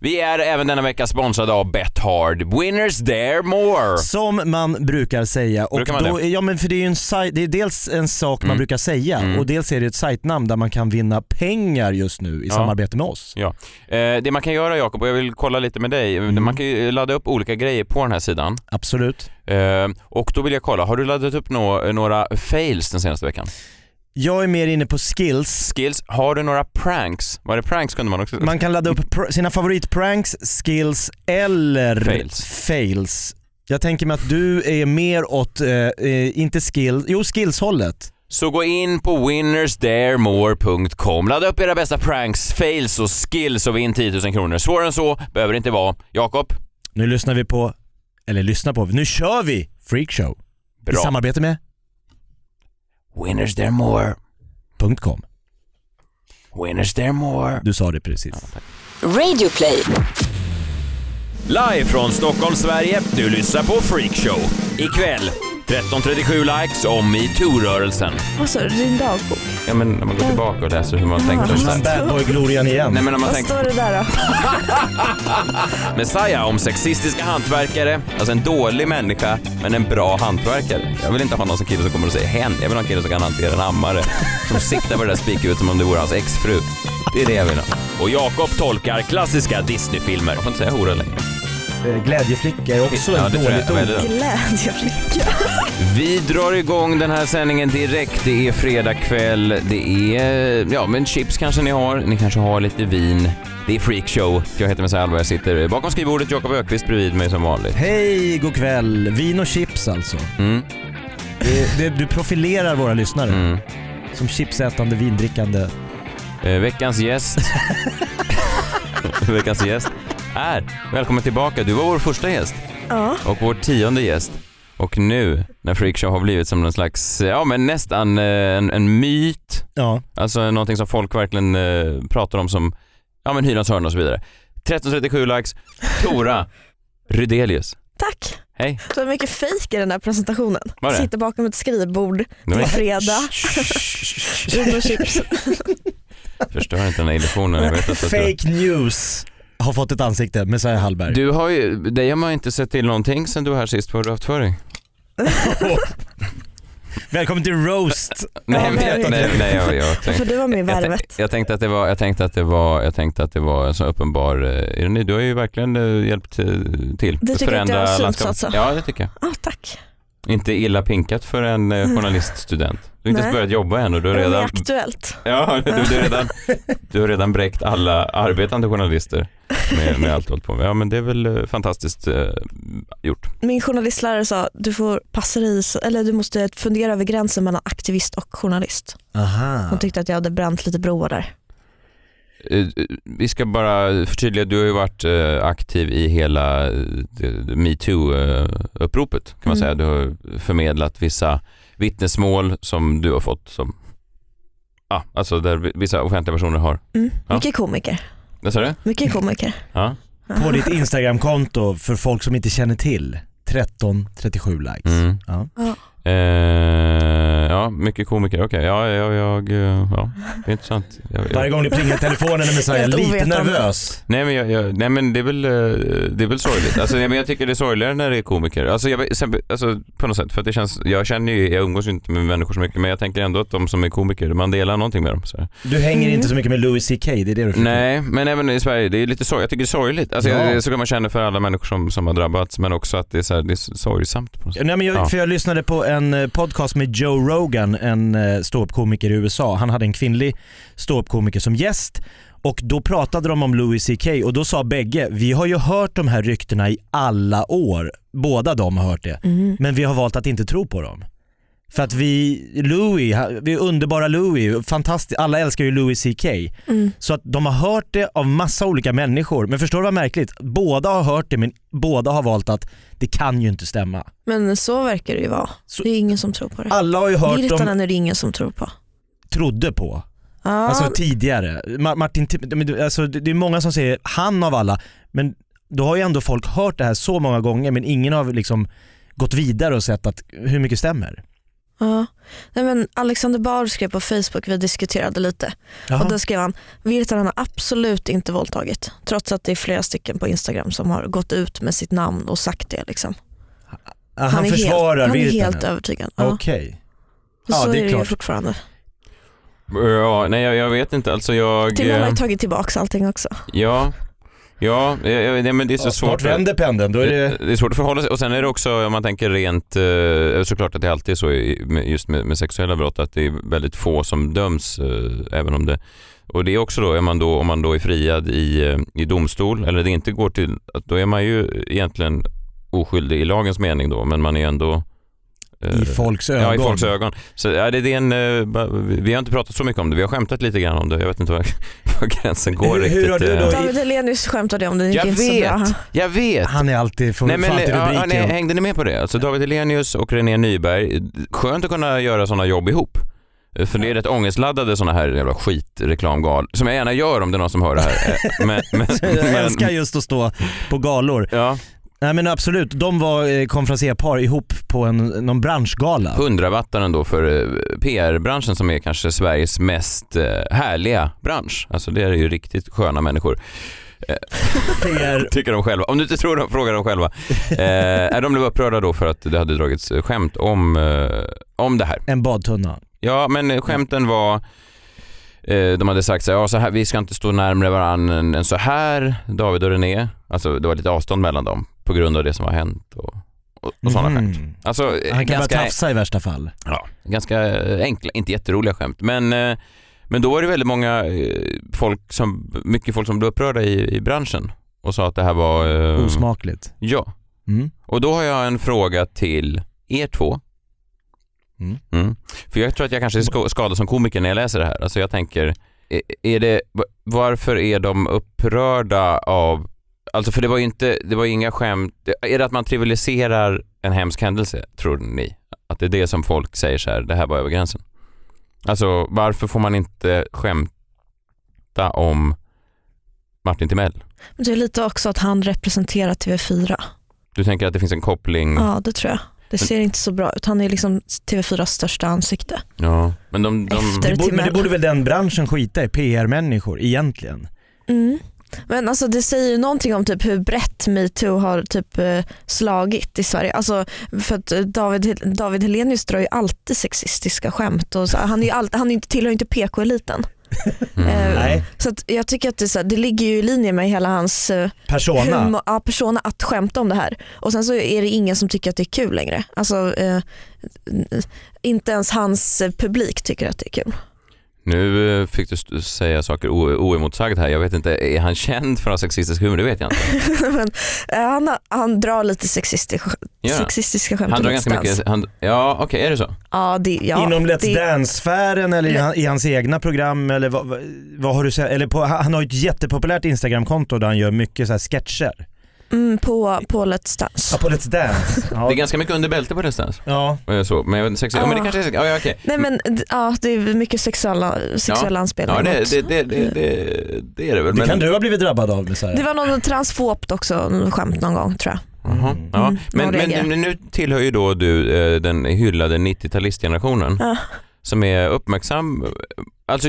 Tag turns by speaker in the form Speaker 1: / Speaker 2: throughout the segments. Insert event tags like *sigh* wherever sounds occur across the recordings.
Speaker 1: Vi är även denna vecka sponsrade av Bet Hard. Winners there more.
Speaker 2: Som man brukar säga. Och
Speaker 1: Brukar man
Speaker 2: då,
Speaker 1: det? Mm.
Speaker 2: Ja men för det är ju en sajt, det är dels en sak man brukar säga och dels är det ett sajtnamn där man kan vinna pengar just nu i samarbete med oss.
Speaker 1: Ja. Eh, det man kan göra Jakob, och jag vill kolla lite med dig, man kan ju ladda upp olika grejer på den här sidan.
Speaker 2: Absolut.
Speaker 1: Eh, och då vill jag kolla, har du laddat upp nå- några fails den senaste veckan?
Speaker 2: Jag är mer inne på skills.
Speaker 1: Skills, har du några pranks? Var det pranks kunde man också...
Speaker 2: Man kan ladda upp pr- sina favoritpranks, skills eller
Speaker 1: Fails.
Speaker 2: fails. Jag tänker mig att du är mer åt, eh, eh, inte skill, jo skillshållet.
Speaker 1: Så gå in på winnersdaremore.com, ladda upp era bästa pranks, fails och skills och vinn 10 000 kronor. Svårare än så behöver det inte vara. Jakob,
Speaker 2: Nu lyssnar vi på, eller lyssna på, nu kör vi Freakshow. I
Speaker 1: bra.
Speaker 2: samarbete med
Speaker 1: Winnersdaremore,
Speaker 2: .com.
Speaker 1: winnersdaremore.
Speaker 2: Du sa det precis.
Speaker 3: Radio play.
Speaker 1: Live från Stockholm, Sverige. Du lyssnar på Freakshow. Ikväll, 1337 likes om metoo-rörelsen.
Speaker 4: Vad sa du? Din dagbok?
Speaker 1: Ja men när man går tillbaka och läser hur man tänkte och
Speaker 2: Mm.
Speaker 1: sådär.
Speaker 2: Badboy-glorian igen.
Speaker 1: Nej men om man
Speaker 4: Vad
Speaker 1: tänker
Speaker 4: står det där
Speaker 1: *laughs*
Speaker 4: då?
Speaker 1: Messiah om sexistiska hantverkare, alltså en dålig människa men en bra hantverkare. Jag vill inte ha någon som kille som kommer och säger hen, jag vill ha en kille som kan hantera en hammare. Som siktar på det där spikhuvudet som om det vore hans exfru. Det är det jag vill ha. Och Jakob tolkar klassiska Disney-filmer. Jag får inte säga hora längre.
Speaker 2: Eh, Glädjeflicka är också
Speaker 1: Ja,
Speaker 2: ett
Speaker 1: det tror jag
Speaker 2: dåligt ord.
Speaker 1: väldigt-
Speaker 4: Glädjeflicka.
Speaker 1: Vi drar igång den här sändningen direkt. Det är fredag kväll. Det är, ja men chips kanske ni har. Ni kanske har lite vin. Det är freakshow. Jag heter Messiah Hallberg, jag sitter bakom skrivbordet. Jakob Ökvist bredvid mig som vanligt.
Speaker 2: Hej, god kväll. Vin och chips alltså.
Speaker 1: Mm.
Speaker 2: Det, det, du profilerar våra lyssnare
Speaker 1: Mm.
Speaker 2: som chipsätande, vindrickande.
Speaker 1: Eh, veckans gäst. *laughs* veckans gäst är, välkommen tillbaka. Du var vår första gäst
Speaker 4: Ja.
Speaker 1: och vår tionde gäst. Och nu när freakshow har blivit som någon slags, ja men nästan eh, en, en myt
Speaker 2: Ja.
Speaker 1: Alltså någonting som folk verkligen eh, pratar om som, ja men hyrans hörna och så vidare. 1337 likes, Tora Rydelius.
Speaker 4: Tack.
Speaker 1: Hej.
Speaker 4: Det var mycket fejk i den här presentationen.
Speaker 1: Var det?
Speaker 4: Sitter bakom ett skrivbord,
Speaker 1: Det
Speaker 4: det
Speaker 1: var-
Speaker 4: är fredag, vin och chips.
Speaker 1: Förstör inte den här illusionen. Jag vet inte att du...
Speaker 2: Fake news har fått ett ansikte, Messiah Hallberg.
Speaker 1: Du har ju, dig har man ju inte sett till någonting sen du var här sist. Vad har du haft för dig?
Speaker 2: *laughs* Välkommen till roast.
Speaker 1: Nej,
Speaker 4: men-
Speaker 1: nej, nej, nej jag, jag,
Speaker 4: *laughs* För
Speaker 1: tänkte,
Speaker 4: du var med i
Speaker 1: jag,
Speaker 4: Värvet.
Speaker 1: tänkte, jag tänkte att det var, jag tänkte att det var, jag tänkte att det var en så uppenbar eh, ironi. Du har ju verkligen eh, hjälpt eh, till.
Speaker 4: Du
Speaker 1: att
Speaker 4: tycker att jag har synts
Speaker 1: landskapet.
Speaker 4: alltså?
Speaker 1: Ja, det tycker jag.
Speaker 4: Ja, tack.
Speaker 1: Inte illa pinkat för en eh, journaliststudent. Du har inte ens
Speaker 4: Nej.
Speaker 1: börjat jobba än och du har
Speaker 4: Det är
Speaker 1: redan,
Speaker 4: aktuellt.
Speaker 1: ja, du, du har redan, du har redan bräckt alla arbetande journalister med, med allt du hållit på med. Ja men det är väl eh, fantastiskt eh, gjort.
Speaker 4: *laughs* Min journalistlärare sa du får passa dig, i så- eller du måste fundera över gränsen mellan aktivist och journalist.
Speaker 2: Aha.
Speaker 4: Hon tyckte att jag hade bränt lite broar där.
Speaker 1: Eh, eh, Vi ska bara förtydliga, du har ju varit eh, aktiv i hela eh, metoo-uppropet eh, kan man
Speaker 4: Mm.
Speaker 1: säga. Du har förmedlat vissa vittnesmål som du har fått som, ja alltså där vissa offentliga personer har,
Speaker 4: Mm.
Speaker 1: Ja. Mm.
Speaker 4: Mycket komiker.
Speaker 1: vad sa du?
Speaker 4: Mycket komiker.
Speaker 1: Ja.
Speaker 2: På ditt Instagramkonto för folk som inte känner till. 1337 likes.
Speaker 1: Mm.
Speaker 2: Ja.
Speaker 4: Ja.
Speaker 1: Eh, ja, mycket komiker. Okej, ja, jag, jag, eh, ja, det är intressant. Jag,
Speaker 2: Varje
Speaker 1: jag,
Speaker 2: gång det plingar i telefonen är Messiah
Speaker 4: Helt
Speaker 2: lite
Speaker 4: ovetande.
Speaker 2: nervös.
Speaker 1: nej, men jag, jag, nej men det är väl, eh, det är väl sorgligt. Alltså, nej, men jag tycker det är sorgligare när det är komiker. Alltså, jag, sen- alltså på något sätt, för att det känns, jag känner ju, jag umgås ju inte med människor så mycket men jag tänker ändå att de som är komiker, man delar någonting med dem. Så. här.
Speaker 2: Du hänger inte så mycket med Louis CK, det är det du försöker-
Speaker 1: Nej, men även i Sverige, det är lite sorg, jag tycker det är sorgligt. Alltså,
Speaker 2: Ja.
Speaker 1: jag, så kan man känna för alla människor som, som har drabbats men också att det är, så här, det är sorgsamt på något sätt.
Speaker 2: Nej, men jag,
Speaker 1: Ja.
Speaker 2: för jag lyssnade på en eh, podcast med Joe Rogan, en eh, ståuppkomiker i USA. Han hade en kvinnlig ståuppkomiker som gäst och då pratade de om Louis CK och då sa bägge, vi har ju hört de här ryktena i alla år. Båda de har hört det.
Speaker 4: Mm.
Speaker 2: Men vi har valt att inte tro på dem. För att vi, Louis, ha- vi är underbara Louis, fantastisk, alla älskar ju Louis CK.
Speaker 4: Mm.
Speaker 2: Så att de har hört det av massa olika människor. Men förstår du vad märkligt? Båda har hört det men båda har valt att det kan ju inte stämma.
Speaker 4: Men så verkar det ju vara.
Speaker 2: Så-
Speaker 4: Det är ingen som tror på det.
Speaker 2: Alla har ju hört dem
Speaker 4: Virtanen är det ingen som tror på.
Speaker 2: trodde på.
Speaker 4: Ja,
Speaker 2: Alltså tidigare. Ma- Martin, Tim- men du- alltså, det det är många som säger han av alla, men då har ju ändå folk hört det här så många gånger men ingen har liksom gått vidare och sett att hur mycket stämmer.
Speaker 4: Ja. Nej, men Alexander Bard skrev på Facebook, vi diskuterade lite. Och då skrev han, Virtanen har absolut inte våldtagit. Trots att det är flera stycken på Instagram som har gått ut med sitt namn och sagt det. Liksom.
Speaker 2: Ah, han, försvarar
Speaker 4: helt, Han är
Speaker 2: Virtanen?
Speaker 4: helt övertygad. Ja.
Speaker 2: Okej.
Speaker 4: Och
Speaker 2: ja,
Speaker 4: så
Speaker 2: det är
Speaker 4: är, det ju
Speaker 2: klart.
Speaker 4: fortfarande.
Speaker 1: Ja, nej jag, jag vet inte. Alltså jag...
Speaker 4: Timman har
Speaker 1: eh,
Speaker 4: ju tagit tillbaka allting också.
Speaker 1: Ja, ja jag, jag, nej, men det är så
Speaker 2: Ja,
Speaker 1: svårt.
Speaker 2: Snart vänder pendeln, då är det...
Speaker 1: det är svårt att förhålla sig. Och sen är det också, om man tänker rent, eh, såklart att det alltid är så i- med- just med, med sexuella brott, att det är väldigt få som döms. eh, Även om det, och det är också då, är man då om man då är friad i, eh, i domstol, eller det inte går till, att då är man ju egentligen oskyldig i lagens mening då, men man är ändå eh,
Speaker 2: I folks ögon.
Speaker 1: Ja, i folks ögon. Så, ja, det, det är en, eh, ba- vi har inte pratat så mycket om det, vi har skämtat lite grann om det. Jag vet inte var, *laughs* var gränsen går
Speaker 2: Hur- hur
Speaker 1: riktigt.
Speaker 2: har du
Speaker 1: eh.
Speaker 2: då-
Speaker 4: David Hellenius skämtade om det, det gick
Speaker 1: Jag
Speaker 4: inte så bra.
Speaker 1: vet, jag vet.
Speaker 2: Han är alltid, får,
Speaker 1: Nej, men,
Speaker 2: får alltid
Speaker 1: ja, ja,
Speaker 2: rubriken.
Speaker 1: nej, hängde ni med på det? Alltså David Hellenius och René Nyberg, skönt att kunna göra sådana jobb ihop. Eh, För det är rätt ångestladdade sådana här jävla skitreklamgal, som jag gärna gör om det är någon som hör det här. Eh,
Speaker 2: *laughs*
Speaker 1: Men, men,
Speaker 2: jag älskar
Speaker 1: men,
Speaker 2: just att stå på galor.
Speaker 1: ja,
Speaker 2: Nej men absolut, de var eh, konferenserpar ihop på en, någon branschgala.
Speaker 1: hundravattaren då för eh, PR-branschen som är kanske Sveriges mest eh, härliga bransch. Alltså det är ju riktigt sköna människor.
Speaker 2: PR.
Speaker 1: Tycker de själva. Om du inte tror dem, fråga dem själva. Eh, nej, de blev upprörda då för att det hade dragits skämt om, eh, om det här.
Speaker 2: En badtunna.
Speaker 1: Ja,
Speaker 2: Mm.
Speaker 1: men skämten var eh, de hade sagt så här, ja, så här, vi ska inte stå närmare varandra än, än så här, David och René. Alltså det var lite avstånd mellan dem på grund av det som har hänt och, och, och sådana
Speaker 2: Mhm.
Speaker 1: skämt. Alltså eh,
Speaker 2: Han kan bara
Speaker 1: ganska,
Speaker 2: tafsa i värsta fall.
Speaker 1: ja, ganska eh, enkla, inte jätteroliga skämt. Men, eh, men då var det väldigt många eh, folk som, mycket folk som blev upprörda i, i branschen och sa att det här var... eh,
Speaker 2: Osmakligt.
Speaker 1: Ja,
Speaker 2: Mm.
Speaker 1: och då har jag en fråga till er två.
Speaker 2: Mm.
Speaker 1: Mm. För jag tror att jag kanske är sko- skadad som komiker när jag läser det här. Alltså jag tänker, är- är det, va- varför är de upprörda av, alltså för det var ju inte, det var ju inga skämt, är det att man trivialiserar en hemsk händelse, tror ni? Att det är det som folk säger så här, det här var över gränsen. Alltså varför får man inte skämta om Martin Timell?
Speaker 4: Men det är lite också att han representerar TV4.
Speaker 1: Du tänker att det finns en koppling?
Speaker 2: Mm.
Speaker 4: Ja det tror jag. Det ser inte så bra ut. Han är liksom TV4s största ansikte.
Speaker 1: Ja. Men de, de...
Speaker 4: Efter
Speaker 2: Det borde, men det
Speaker 4: Timell.
Speaker 2: borde väl den branschen skita i, PR-människor egentligen.
Speaker 4: Mm. Men alltså det säger ju någonting om typ hur brett metoo har typ eh, slagit i Sverige. Alltså för att eh, David, David Helenius drar ju alltid sexistiska skämt. Och så, han är ju all, han är ju inte, tillhör ju inte PK-eliten.
Speaker 1: Mm.
Speaker 4: Eh,
Speaker 2: Nej,
Speaker 4: Så att jag tycker att det, är så här, det ligger ju i linje med hela hans eh,
Speaker 2: persona.
Speaker 4: humor- ja, persona att skämta om det här. Och sen så är det ingen som tycker att det är kul längre. Alltså, eh, n- inte ens hans eh, publik tycker att det är kul. *laughs*
Speaker 1: Nu eh, fick du st- säga saker o- oemotsagd här. Jag vet inte, är han känd för att ha sexistisk humor? Det vet jag inte.
Speaker 4: Men, eh, han, har- han drar lite sexistiska,
Speaker 1: Ja.
Speaker 4: sexistiska skämt
Speaker 1: Han
Speaker 4: i
Speaker 1: drar
Speaker 4: Let's
Speaker 1: ganska
Speaker 4: Dance.
Speaker 1: mycket... Han, ja, okej, är det så?
Speaker 4: Ja, det, ja,
Speaker 2: Inom Let's
Speaker 4: det,
Speaker 2: Dance-sfären eller i, han, i hans egna program eller vad, vad- vad har du sett? Eller på, han han har ju ett jättepopulärt Instagram-konto där han gör mycket så här sketcher.
Speaker 4: Mm, på, på Let's Dance.
Speaker 2: Ja, på Let's Dance. Ja.
Speaker 1: Det är ganska mycket under bälte på distans. Eh,
Speaker 2: ja.
Speaker 1: Så, men jag vet inte, sexi- ja, men det kanske är sexi- ja, ja, okej.
Speaker 4: Nej men d- ja, det är mycket sexuella, sexuella anspelningar.
Speaker 1: Ja, det,
Speaker 4: mot-
Speaker 1: det, det,
Speaker 4: Mm.
Speaker 1: det, det, det är det väl.
Speaker 2: Det
Speaker 1: men-
Speaker 2: kan du ha blivit drabbad av med så
Speaker 4: det
Speaker 2: här.
Speaker 4: var någon transfobt också, någon skämt någon gång tror jag.
Speaker 1: Jaha,
Speaker 2: Mm.
Speaker 1: Mhm. ja.
Speaker 4: Mm,
Speaker 1: Men,
Speaker 4: någon reagerar.
Speaker 1: men nu- nu tillhör ju då du eh, den hyllade 90-talistgenerationen
Speaker 4: Ja.
Speaker 1: som är uppmärksam. Alltså,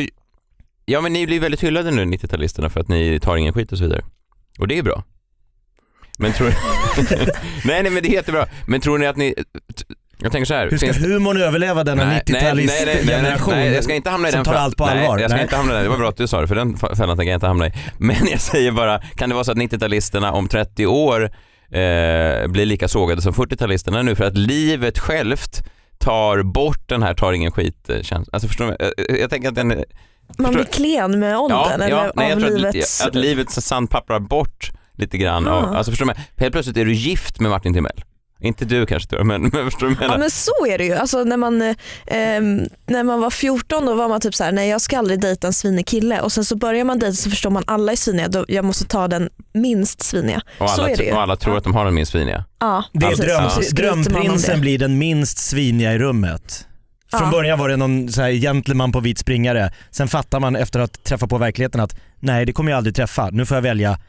Speaker 1: ja men ni blir väldigt hyllade nu 90-talisterna för att ni tar ingen skit och så vidare. Och det är bra. Men tror *laughs* Nej nej men det är jättebra. Men tror ni att ni... Jag tänker så här.
Speaker 2: Hur ska
Speaker 1: finns-
Speaker 2: humorn överleva denna
Speaker 1: Nej, nej, nej, nej, nej, nej, nej, jag ska
Speaker 2: 90-talistgeneration?
Speaker 1: inte hamna i
Speaker 2: som
Speaker 1: den
Speaker 2: tar
Speaker 1: fällan.
Speaker 2: allt på
Speaker 1: nej,
Speaker 2: allvar.
Speaker 1: Jag ska
Speaker 2: Nej.
Speaker 1: inte hamna i den. Det var bra att du sa det, för den fa- fällan tänker jag inte hamna i. *laughs* Men jag säger bara, kan det vara så att 90-talisterna om 30 år eh, blir lika sågade som 40-talisterna nu för att livet självt tar bort den här tar ingen skit eh, känslan. Alltså förstår du? Eh, eh, Jag tänker att den... eh,
Speaker 4: Man blir klen med åldern eller
Speaker 1: nej, jag
Speaker 4: av
Speaker 1: tror
Speaker 4: livets...
Speaker 1: Att, att livet så sandpapprar bort lite grann av,
Speaker 4: Ah.
Speaker 1: alltså förstår du? vad jag menar? Helt plötsligt är du gift med Martin Timell. Inte du kanske tror jag, men, men förstår du vad jag
Speaker 4: Ja
Speaker 1: menar?
Speaker 4: men så är det ju. Alltså, när, man, eh, ehm, när man var 14 då var man typ så här: nej jag ska aldrig dejta en svinig kille och sen så börjar man dejta så förstår man alla är sviniga, då, jag måste ta den minst sviniga.
Speaker 1: och,
Speaker 4: så
Speaker 1: alla,
Speaker 4: är det
Speaker 1: tr-
Speaker 4: ju.
Speaker 1: och alla tror att de har den minst sviniga.
Speaker 4: Ja,
Speaker 2: Det är
Speaker 4: precis.
Speaker 2: dröm,
Speaker 4: Så skryter man om
Speaker 2: drömprinsen
Speaker 4: det.
Speaker 2: blir den minst sviniga i rummet. Från
Speaker 4: Ja.
Speaker 2: början var det någon så här gentleman på vit springare. Sen fattar man efter att träffa på verkligheten att nej det kommer jag aldrig träffa. Nu får jag välja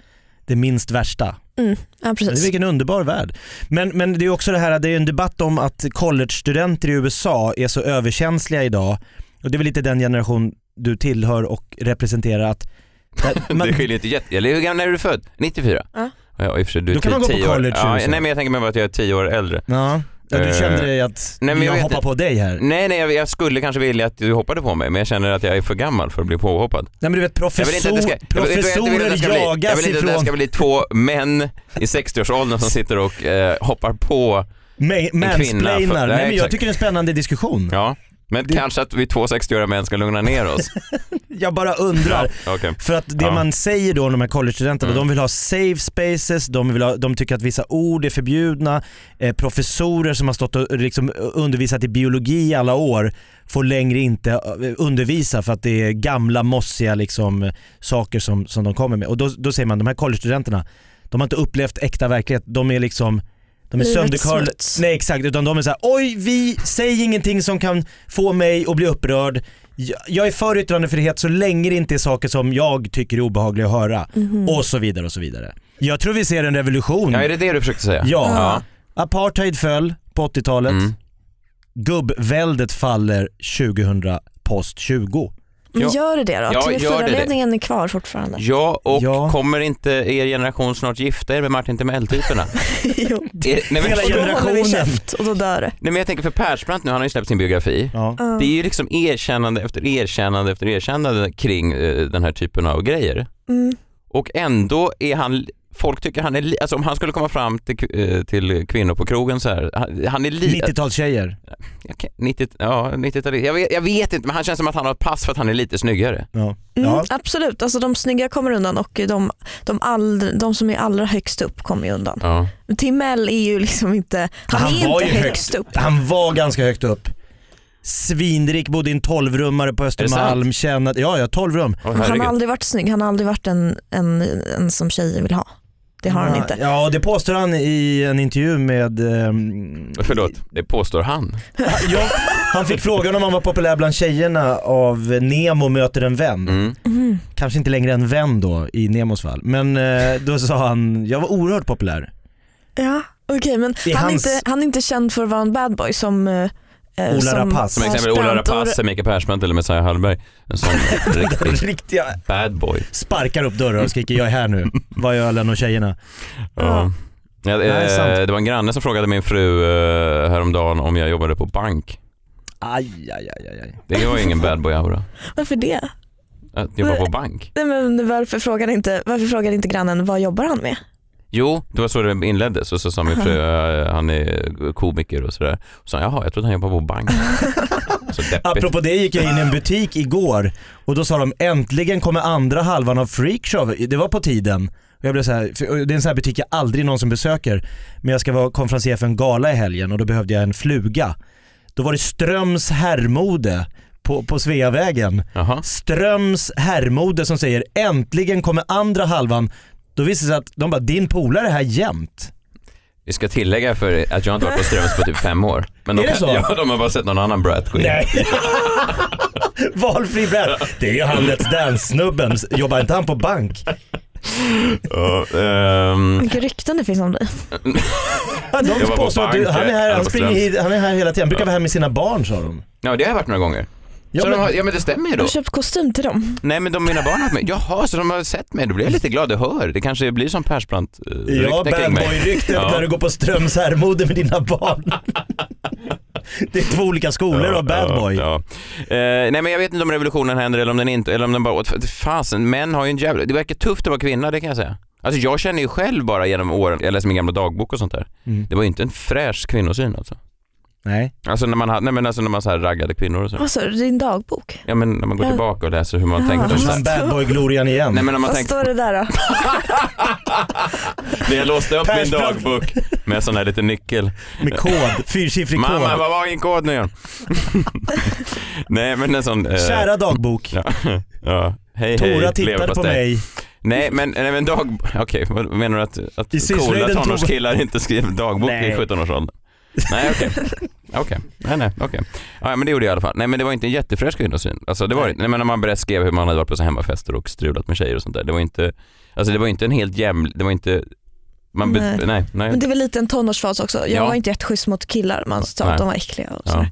Speaker 2: det minst värsta.
Speaker 4: Mm. Ja,
Speaker 2: Men
Speaker 4: precis.
Speaker 2: Vilken underbar värld. Men, men det är också det här att det är en debatt om att college-studenter i USA är så överkänsliga idag. Och det är väl lite den generation du tillhör och
Speaker 1: *laughs*
Speaker 2: representerar att där, man,
Speaker 1: det skiljer inte jätte... Eller hur gammal är du född? 94?
Speaker 4: Ja.
Speaker 1: Ja, i och för sig, du är
Speaker 2: Då kan
Speaker 1: ti-
Speaker 2: man gå på
Speaker 1: tio år.
Speaker 2: college
Speaker 1: Ja,
Speaker 2: och så.
Speaker 1: nej men jag tänker mig bara att jag är tio år äldre.
Speaker 2: ja, ja, du
Speaker 1: Eh,
Speaker 2: kände dig att
Speaker 1: nej, men jag
Speaker 2: jag,
Speaker 1: vet
Speaker 2: hoppar
Speaker 1: inte.
Speaker 2: på dig här. Nej,
Speaker 1: Nej nej jag, jag skulle kanske vilja att du hoppade på mig men jag känner att jag är för gammal för att bli påhoppad.
Speaker 2: men du vet
Speaker 1: Jag vill inte att det ska,
Speaker 2: professor,
Speaker 1: jag vill, jag vill, inte att det ska
Speaker 2: professorer
Speaker 1: bli, jag
Speaker 2: jagas
Speaker 1: vill inte att det ska
Speaker 2: ifrån
Speaker 1: bli två män i 60-årsåldern som sitter och eh, hoppar på.
Speaker 2: ma-
Speaker 1: kvinna för-
Speaker 2: mansplainar.
Speaker 1: Nej,
Speaker 2: Nej, men jag
Speaker 1: exakt.
Speaker 2: tycker det är en
Speaker 1: *laughs*
Speaker 2: spännande diskussion.
Speaker 1: Ja. Men kanske att vi två 60-åriga män ska lugna ner
Speaker 2: *laughs*
Speaker 1: oss.
Speaker 2: Jag bara undrar.
Speaker 1: Ja, okej.
Speaker 2: För att det
Speaker 1: Ja.
Speaker 2: man säger då, de här college-studenterna,
Speaker 1: Mm.
Speaker 2: de vill ha safe spaces, de, vill ha, de tycker att vissa ord är förbjudna, eh, professorer som har stått och liksom undervisat i biologi i alla år får längre inte eh, undervisa för att det är gamla mossiga liksom, saker som, som de kommer med. Och då, då säger man, de här college-studenterna, de har inte upplevt äkta verklighet, de är liksom de är
Speaker 4: Livets
Speaker 2: söndercurlade.
Speaker 4: smuts.
Speaker 2: Nej exakt, utan de är såhär, oj vi, säg ingenting som kan få mig att bli upprörd. Jag, jag är för yttrandefrihet så länge det inte är saker som jag tycker är obehagliga att höra.
Speaker 4: Mm.
Speaker 2: Och så vidare och så vidare. Jag tror vi ser en revolution.
Speaker 1: Ja, är det det du försökte säga?
Speaker 2: Ja.
Speaker 1: ja.
Speaker 2: Apartheid föll på 80-talet,
Speaker 1: Mm.
Speaker 2: gubbväldet faller 2000 post 20.
Speaker 4: Men
Speaker 1: Ja.
Speaker 4: gör det det då?
Speaker 1: Ja, gör det det.
Speaker 4: TV4-ledningen är kvar fortfarande.
Speaker 1: Ja, och
Speaker 2: Ja.
Speaker 1: kommer inte er generation snart gifta er med Martin
Speaker 2: *laughs*
Speaker 1: Timell-typerna?
Speaker 4: jo.
Speaker 1: Eh, nej, men,
Speaker 2: Hela
Speaker 4: Och då håller vi
Speaker 2: generationen.
Speaker 4: käft och då dör det.
Speaker 1: nej men jag tänker för Persbrandt nu, han har ju släppt sin biografi.
Speaker 2: Ja.
Speaker 1: Det är ju liksom erkännande efter erkännande efter erkännande kring eh, den här typen av grejer.
Speaker 4: Mm.
Speaker 1: Och ändå är han, folk tycker han är, li- alltså om han skulle komma fram till, k- eh, till kvinnor på krogen så här, han, han är lite,
Speaker 2: 90-talstjejer.
Speaker 1: 90, 90 ja 90 jag vet, jag vet inte men han känns som att han har ett pass för att han är lite snyggare.
Speaker 2: Ja.
Speaker 4: Mm,
Speaker 2: Ja.
Speaker 4: Absolut, alltså, de snygga kommer undan och de, de, aldr, de som är allra högst upp kommer ju undan.
Speaker 1: Ja.
Speaker 4: Timell är ju liksom inte, han,
Speaker 2: Han
Speaker 4: är
Speaker 2: var
Speaker 4: inte
Speaker 2: ju
Speaker 4: högst,
Speaker 2: högst.
Speaker 4: upp.
Speaker 2: Han var ganska högt upp. Svinrik, bodde i en tolvrummare på
Speaker 1: det sant?
Speaker 2: Östermalm, tjänade, ja ja tolvrum.
Speaker 1: Åh,
Speaker 4: han
Speaker 1: herregud.
Speaker 4: har aldrig varit snygg, han har aldrig varit en, en, en som tjejer vill ha. Det har han
Speaker 2: Ja,
Speaker 4: inte.
Speaker 2: Ja, det påstår han i en intervju med...
Speaker 1: *laughs*
Speaker 2: ehm,
Speaker 1: Förlåt, det påstår han.
Speaker 2: ja, han fick frågan om han var populär bland tjejerna av Nemo möter en vän.
Speaker 1: Mm.
Speaker 4: Mm.
Speaker 2: Kanske inte längre en vän då i Nemos fall. Men eh, då sa han, jag var
Speaker 1: *laughs*
Speaker 2: oerhört populär.
Speaker 4: Ja, okej men
Speaker 2: I
Speaker 4: han, är
Speaker 2: hans-
Speaker 4: inte, han är inte känd för att vara en bad boy som eh,
Speaker 2: Ola Rapace.
Speaker 1: Som exempel Ola
Speaker 4: Brandt och-
Speaker 1: Rapace, Mikael Persbrandt eller Messiah Hallberg. En
Speaker 4: *laughs*
Speaker 1: sån riktig
Speaker 2: Riktiga
Speaker 1: bad boy.
Speaker 2: sparkar upp dörrar och skriker jag är här nu. Var är ölen och tjejerna?
Speaker 1: Ja. Ja, eh,
Speaker 2: det är sant.
Speaker 1: det var en granne som frågade min fru eh, häromdagen om jag jobbade på bank.
Speaker 2: Aj, aj, aj, aj, aj.
Speaker 1: Det var ju
Speaker 2: *laughs*
Speaker 1: ingen bad boy aura.
Speaker 4: Varför det?
Speaker 1: Att jobba på bank.
Speaker 4: Nej, men varför, frågar inte, varför frågar inte grannen vad jobbar han med?
Speaker 1: Jo, det var så det inleddes och så sa min fru eh, han är komiker och sådär. Och så sa han, jaha jag trodde han jobbade på bank. Så deppigt.
Speaker 2: Apropå det gick jag in i en butik igår och då sa de äntligen kommer andra halvan av freakshow. Det var på tiden. Och Jag blev så här, för- och det är en sån här butik jag aldrig någonsin besöker. Men jag ska vara konferencier för en gala i helgen och då behövde jag en fluga. Då var det Ströms herrmode på, på Sveavägen.
Speaker 1: Jaha.
Speaker 2: Ströms herrmode som säger äntligen kommer andra halvan. Då visste det sig att de bara din polare är här jämt.
Speaker 1: Vi ska tillägga för att jag inte varit på Ströms på typ fem år. Men de,
Speaker 2: Är det så?
Speaker 1: Ja, de har bara sett någon annan brat gå in.
Speaker 2: *laughs* Valfri brand. Det är ju han Let's Dance-snubben. Jobbar inte han på bank?
Speaker 1: Ja, ehm,
Speaker 4: Vilka rykten det finns om dig.
Speaker 2: Ja, de
Speaker 1: Jag var på eh,
Speaker 2: påstår att du,
Speaker 1: banken,
Speaker 2: han är här,
Speaker 1: jag var
Speaker 2: han
Speaker 1: på
Speaker 2: springer
Speaker 1: Ströms.
Speaker 2: hit, han är här hela tiden. Han brukar vara här med sina barn sa de.
Speaker 1: ja det har jag varit några gånger.
Speaker 2: Ja,
Speaker 1: så
Speaker 2: men-
Speaker 1: de har, ja men det stämmer ju
Speaker 4: Du
Speaker 1: då.
Speaker 4: har köpt kostym till dem.
Speaker 1: Nej men de mina barn har haft mig. Jaha, så de har sett mig. Då blir jag lite glad. Du hör. Det kanske blir som Persbrandt eh,
Speaker 2: Ja,
Speaker 1: rykte kring mig.
Speaker 2: badboy-ryktet
Speaker 1: Ja.
Speaker 2: när du går på Ströms herrmode med
Speaker 1: *laughs*
Speaker 2: dina barn. det är två olika skolor av badboy.
Speaker 1: Ja, ja. Eh, nej men jag vet inte om revolutionen händer eller om den inte, eller om den bara, åt- fasen män har ju en jävla, det verkar tufft att vara kvinna det kan jag säga. Alltså jag känner ju själv bara genom åren, jag läser min gamla dagbok och sånt där.
Speaker 2: Mm.
Speaker 1: Det var ju inte en fräsch kvinnosyn alltså.
Speaker 2: Nej.
Speaker 1: Alltså när man, ha- nej, men alltså när man så här raggade kvinnor och så.
Speaker 4: Alltså, din dagbok.
Speaker 1: Ja men när man går
Speaker 4: Ja.
Speaker 1: tillbaka och läser hur man
Speaker 4: Ja.
Speaker 1: tänkte och
Speaker 2: Då
Speaker 1: så
Speaker 2: försvann
Speaker 1: här.
Speaker 2: badboy-glorian igen.
Speaker 1: Nej men om man
Speaker 4: Vad
Speaker 1: tänkte,
Speaker 4: står det
Speaker 1: *laughs*
Speaker 4: där då?
Speaker 1: när jag låste upp min
Speaker 2: Persbrandt.
Speaker 1: dagbok med sån här liten nyckel.
Speaker 2: Med kod, fyrsiffrig kod.
Speaker 1: Mamma vad var min kod nu
Speaker 2: *laughs*
Speaker 1: igen? nej men en sån. eh,
Speaker 2: Kära dagbok,
Speaker 1: Ja, ja. Hej hej,
Speaker 2: Tora
Speaker 1: leverpastej.
Speaker 2: tittade på mig.
Speaker 1: Nej men, nej, men dag... Okej, vad menar du att, att
Speaker 2: I syslöjden
Speaker 1: coola
Speaker 2: tog-
Speaker 1: tonårskillar inte skriver dagbok
Speaker 2: Nej.
Speaker 1: i 17-årsåldern? Nej
Speaker 2: *laughs*
Speaker 1: okej. Okej, nej nej okej. Ja, men det gjorde jag i alla fall. Nej men det var inte en jättefräsch kvinnosyn. Alltså det var det- nej, men när man berätt skrev hur man hade varit på så här hemmafester och strulat med tjejer och sånt där. Det var inte, alltså det var inte en helt jämn, det var inte, man, be-
Speaker 4: Nej.
Speaker 1: nej. nej.
Speaker 4: Men det är väl lite en tonårsfas också. Jag
Speaker 1: Ja.
Speaker 4: var inte jätteschysst mot killar. Man sa
Speaker 1: Nej.
Speaker 4: att de var äckliga och
Speaker 1: ja.
Speaker 4: sådär.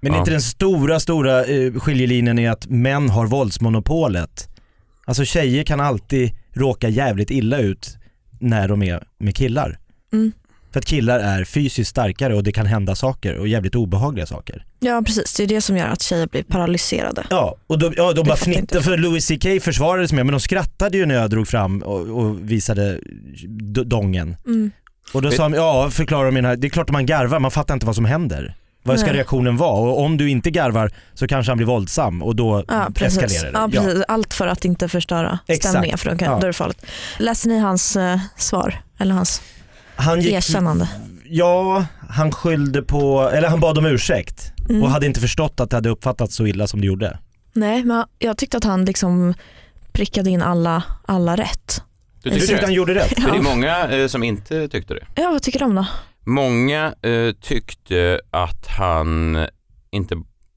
Speaker 2: Men
Speaker 1: Ja.
Speaker 2: inte den stora, stora eh, skiljelinjen är att män har våldsmonopolet. Alltså tjejer kan alltid råka jävligt illa ut när de är med killar.
Speaker 4: Mm.
Speaker 2: För att killar är fysiskt starkare och det kan hända saker och jävligt obehagliga saker.
Speaker 4: Ja precis, det är det som gör att tjejer blir paralyserade.
Speaker 2: Ja, och de, ja, de bara
Speaker 4: fattar jag inte.
Speaker 2: fnittrade för Louis CK försvarades med men de skrattade ju när jag drog fram och, och visade d- dongen.
Speaker 4: Mm.
Speaker 2: Och då sa de, ja förklarar de här, det är klart att man garvar, man fattar inte vad som händer. Vad ska
Speaker 4: Nej.
Speaker 2: reaktionen vara? Och om du inte garvar så kanske han blir våldsam och då
Speaker 4: Ja, precis.
Speaker 2: eskalerar det.
Speaker 4: Ja, precis. Allt för att inte förstöra
Speaker 2: Exakt.
Speaker 4: stämningen för då kan-
Speaker 2: Ja.
Speaker 4: då är det farligt. Läser ni hans eh, svar? Eller hans
Speaker 2: Han gick,
Speaker 4: erkännande?
Speaker 2: ja, han skyllde på, eller han bad om ursäkt
Speaker 4: Mm.
Speaker 2: och hade inte förstått att det hade uppfattats så illa som det gjorde.
Speaker 4: Nej, men jag tyckte att han liksom prickade in alla, alla rätt.
Speaker 1: Du
Speaker 2: Du
Speaker 1: tyckte
Speaker 2: tyckte han
Speaker 1: det?
Speaker 2: gjorde rätt?
Speaker 1: För det är
Speaker 4: Ja.
Speaker 1: många eh, som inte tyckte det.
Speaker 4: Ja, vad tycker du om då?
Speaker 1: Många eh, tyckte att han inte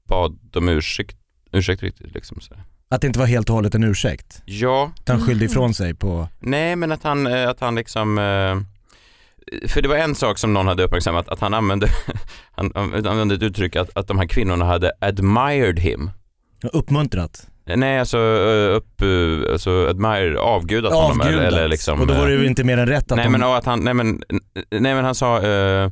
Speaker 1: bad om ursäkt, ursäkt riktigt liksom. Så.
Speaker 2: Att det inte var helt och hållet en ursäkt?
Speaker 1: Ja,
Speaker 2: Att han skyllde ifrån sig på...
Speaker 1: Nej, men att han, eh, att han liksom... eh, För det var en sak som någon hade uppmärksammat, att han använde, *laughs* han använde ett uttryck att, att de här kvinnorna hade admired him.
Speaker 2: Uppmuntrat?
Speaker 1: Nej, alltså, eh, upp, eh, alltså admire, avgudat, honom. Eller, eller liksom,
Speaker 2: och då var det
Speaker 1: eh,
Speaker 2: ju inte mer än rätt att
Speaker 1: nej,
Speaker 2: de...
Speaker 1: men, och att han, nej, men, nej, men han sa, eh, eh,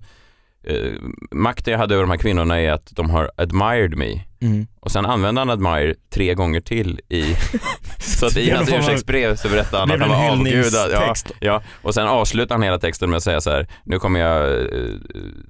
Speaker 1: makten jag hade över de här kvinnorna är att de har admired me.
Speaker 2: Mm.
Speaker 1: Och sen använde han admire tre gånger till
Speaker 2: *laughs*
Speaker 1: i, så att i
Speaker 2: Genom
Speaker 1: hans
Speaker 2: form av-
Speaker 1: ursäktsbrev så berättade han
Speaker 2: Blev
Speaker 1: att
Speaker 2: det
Speaker 1: han var
Speaker 2: en
Speaker 1: avgudad. Ja,
Speaker 2: hyllningstext?
Speaker 1: ja. Och sen avslutar han hela texten med att säga så här, nu kommer jag, eh,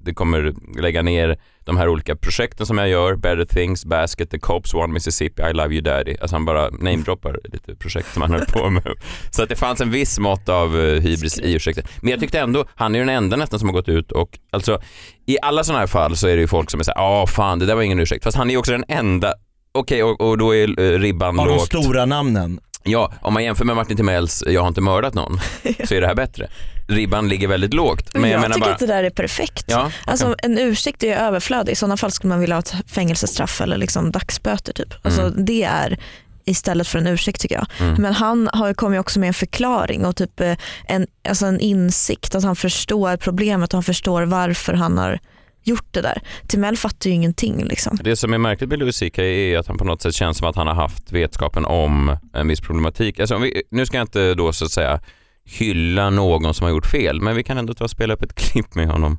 Speaker 1: det kommer lägga ner de här olika projekten som jag gör, Better Things, Basket, The Cops, One Mississippi, I Love You Daddy. Alltså han bara namedroppar lite projekt som han höll på med. Så att det fanns en viss mått av eh, hybris i ursäkten. Men jag tyckte ändå, han är ju den enda nästan som har gått ut och, alltså i alla sådana här fall så är det ju folk som är såhär, ja fan det där var ingen ursäkt. Fast han är ju också den enda, okej och, och då är eh, ribban
Speaker 2: Av de
Speaker 1: lågt.
Speaker 2: stora namnen.
Speaker 1: Ja, om man jämför med Martin Timells Jag har inte mördat
Speaker 4: *laughs*
Speaker 1: någon så är det här bättre. Ribban ligger väldigt lågt. Men jag, menar
Speaker 4: tycker
Speaker 1: bara...
Speaker 4: att det där är perfekt.
Speaker 1: Ja,
Speaker 4: Alltså
Speaker 1: okej.
Speaker 4: en ursäkt är ju överflödig. I sådana fall skulle man vilja ha ett fängelsestraff eller liksom dagsböter typ. Alltså,
Speaker 1: Mm.
Speaker 4: Det är istället för en ursäkt tycker jag.
Speaker 1: Mm.
Speaker 4: Men han har ju kommit också med en förklaring och typ eh, en, alltså en insikt att han förstår problemet och han förstår varför han har gjort det där. Timell fattar ju ingenting liksom.
Speaker 1: Det som är märkligt med Louis CK är att han på något sätt känns som att han har haft vetskapen om en viss problematik. Alltså, om vi, nu ska jag inte då så att säga hylla någon som har gjort fel, men vi kan ändå ta och spela upp ett *laughs* klipp med honom.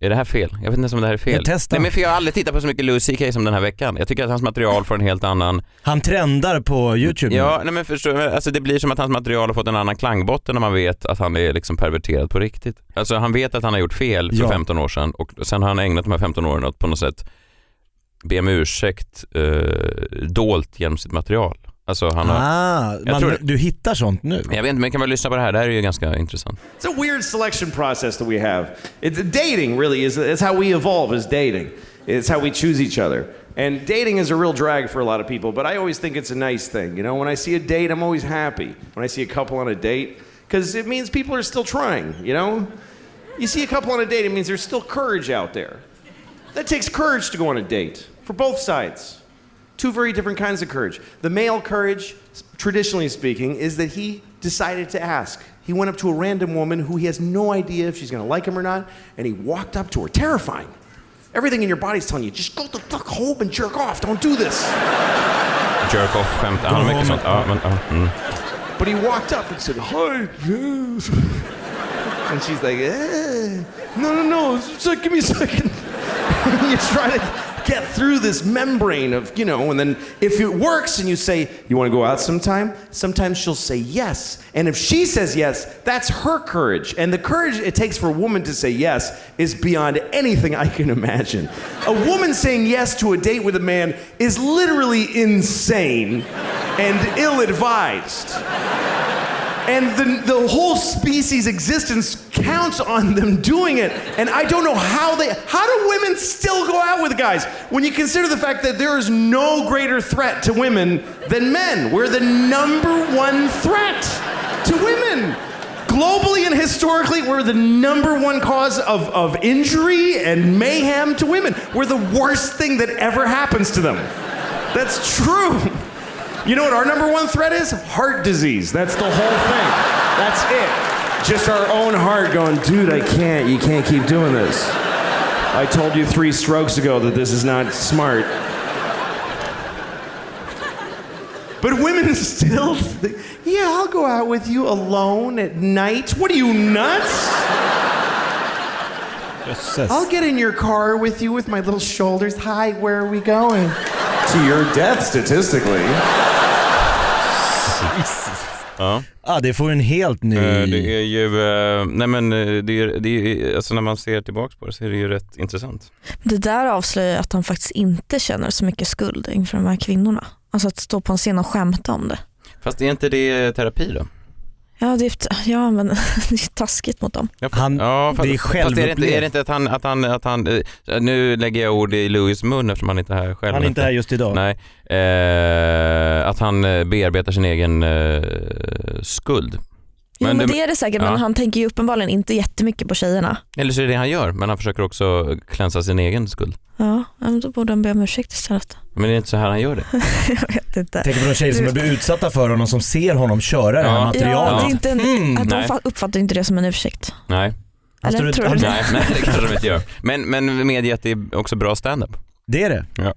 Speaker 1: Är det här fel? Jag vet inte ens om det här är fel.
Speaker 2: Men testa.
Speaker 1: Nej, men för jag har aldrig tittat på så mycket Louis CK som den här veckan. Jag tycker att hans material får en helt annan
Speaker 2: Han trendar på YouTube.
Speaker 1: Ja, nej men förstår, du? alltså det blir som att hans material har fått en annan klangbotten när man vet att han är liksom perverterad på riktigt. Alltså han vet att han har gjort fel för
Speaker 2: Ja.
Speaker 1: 15 år sedan och sen har han ägnat de här 15 åren åt på något sätt be om ursäkt eh, dolt genom sitt material. Alltså han har,
Speaker 2: Ah,
Speaker 1: Jag
Speaker 2: man,
Speaker 1: tror det.
Speaker 2: du hittar sånt nu?
Speaker 1: jag vet inte men kan man lyssna på det här, det här är ju ganska intressant.
Speaker 5: It's a weird selection process that we have. It's dating really is it's how we evolve as dating. It's how we choose each other. And dating is a real drag for a lot of people, but I always think it's a nice thing. You know, when I see a date, I'm always happy. When I see a couple on a date, because it means people are still trying, you know? You see a couple on a date, it means there's still courage out there. That takes courage to go on a date for both sides. Two very different kinds of courage. The male courage, s- traditionally speaking, is that he decided to ask. He went up to a random woman who he has no idea if she's gonna like him or not, and he walked up to her, terrifying. Everything in your body's telling you, just go the fuck home and jerk off, don't do this.
Speaker 1: Jerk off-skämt, han har mycket sånt. Ja, men, ja, mm.
Speaker 5: But he walked up and said, Hi, yes. And she's like, eh, No, no, no, it's like, give me a second. *laughs* and you try to get through this membrane of, you know, and then if it works and you say, You want to go out sometime? Sometimes she'll say yes. And if she says yes, that's her courage. And the courage it takes for a woman to say yes is beyond anything I can imagine. A woman saying yes to a date with a man is literally insane and ill advised. And the, the whole species' existence counts on them doing it. And I don't know how they. How do women still go out with guys when you consider the fact that there is no greater threat to women than men? We're the number one threat to women. globally and historically, we're the number one cause of, of injury and mayhem to women. We're the worst thing that ever happens to them. That's true. You know what our number one threat is? Heart disease. That's the whole thing. That's it. Just our own heart going, dude, I can't. You can't keep doing this. I told you three strokes ago that this is not smart. But women *laughs* still think, yeah, I'll go out with you alone at night. What are you, nuts?
Speaker 2: Jösses.
Speaker 5: I'll get in your car with you with my little shoulders. Hi, where are we going? to your death, statistically.
Speaker 1: Ja.
Speaker 2: Ja, Ah, det får en helt ny...
Speaker 1: Eh, Det är ju, eh, nej men eh, det är, det är, alltså när man ser tillbaks på det så är det ju rätt intressant.
Speaker 4: Det där avslöjar att han faktiskt inte känner så mycket skuld inför de här kvinnorna. Alltså att stå på en scen och skämta om det.
Speaker 1: Fast är inte det terapi då?
Speaker 4: Ja, det är, ja men *laughs* det är taskigt mot dem.
Speaker 1: Jag
Speaker 2: Han-
Speaker 1: ja,
Speaker 2: det är
Speaker 1: fast är det inte, är
Speaker 2: självupplevt.
Speaker 1: det inte att han, att han, att han eh, nu lägger jag ord i Louis mun eftersom han inte är här själv.
Speaker 2: Han är inte här just idag.
Speaker 1: Nej, eh, att han eh, bearbetar sin egen eh, skuld.
Speaker 4: Jo,
Speaker 1: Men
Speaker 4: men,
Speaker 1: det-
Speaker 4: det är det säkert
Speaker 1: ja.
Speaker 4: men han tänker ju uppenbarligen inte jättemycket på tjejerna.
Speaker 1: Eller så är det det han gör, men han försöker också klänsa sin egen skuld.
Speaker 4: Ja, ja, men då borde han be om ursäkt istället.
Speaker 1: Men det är inte så här han *laughs* gör det.
Speaker 4: Jag vet inte.
Speaker 2: Tänk på de tjejer som
Speaker 4: Du-
Speaker 2: har blivit utsatta för honom, som ser honom köra det
Speaker 1: Ja.
Speaker 2: här
Speaker 4: Ja, det är
Speaker 2: materialet.
Speaker 4: inte en,
Speaker 1: Mm,
Speaker 4: att de
Speaker 1: nej.
Speaker 4: fa- uppfattar inte det som en ursäkt.
Speaker 1: Nej,
Speaker 2: Han står
Speaker 4: Eller
Speaker 2: ut-
Speaker 4: tror du
Speaker 2: han-
Speaker 4: det?
Speaker 1: nej, nej det kanske de inte gör. Men, men medge att det är också bra standup.
Speaker 2: Det är det.
Speaker 1: Ja.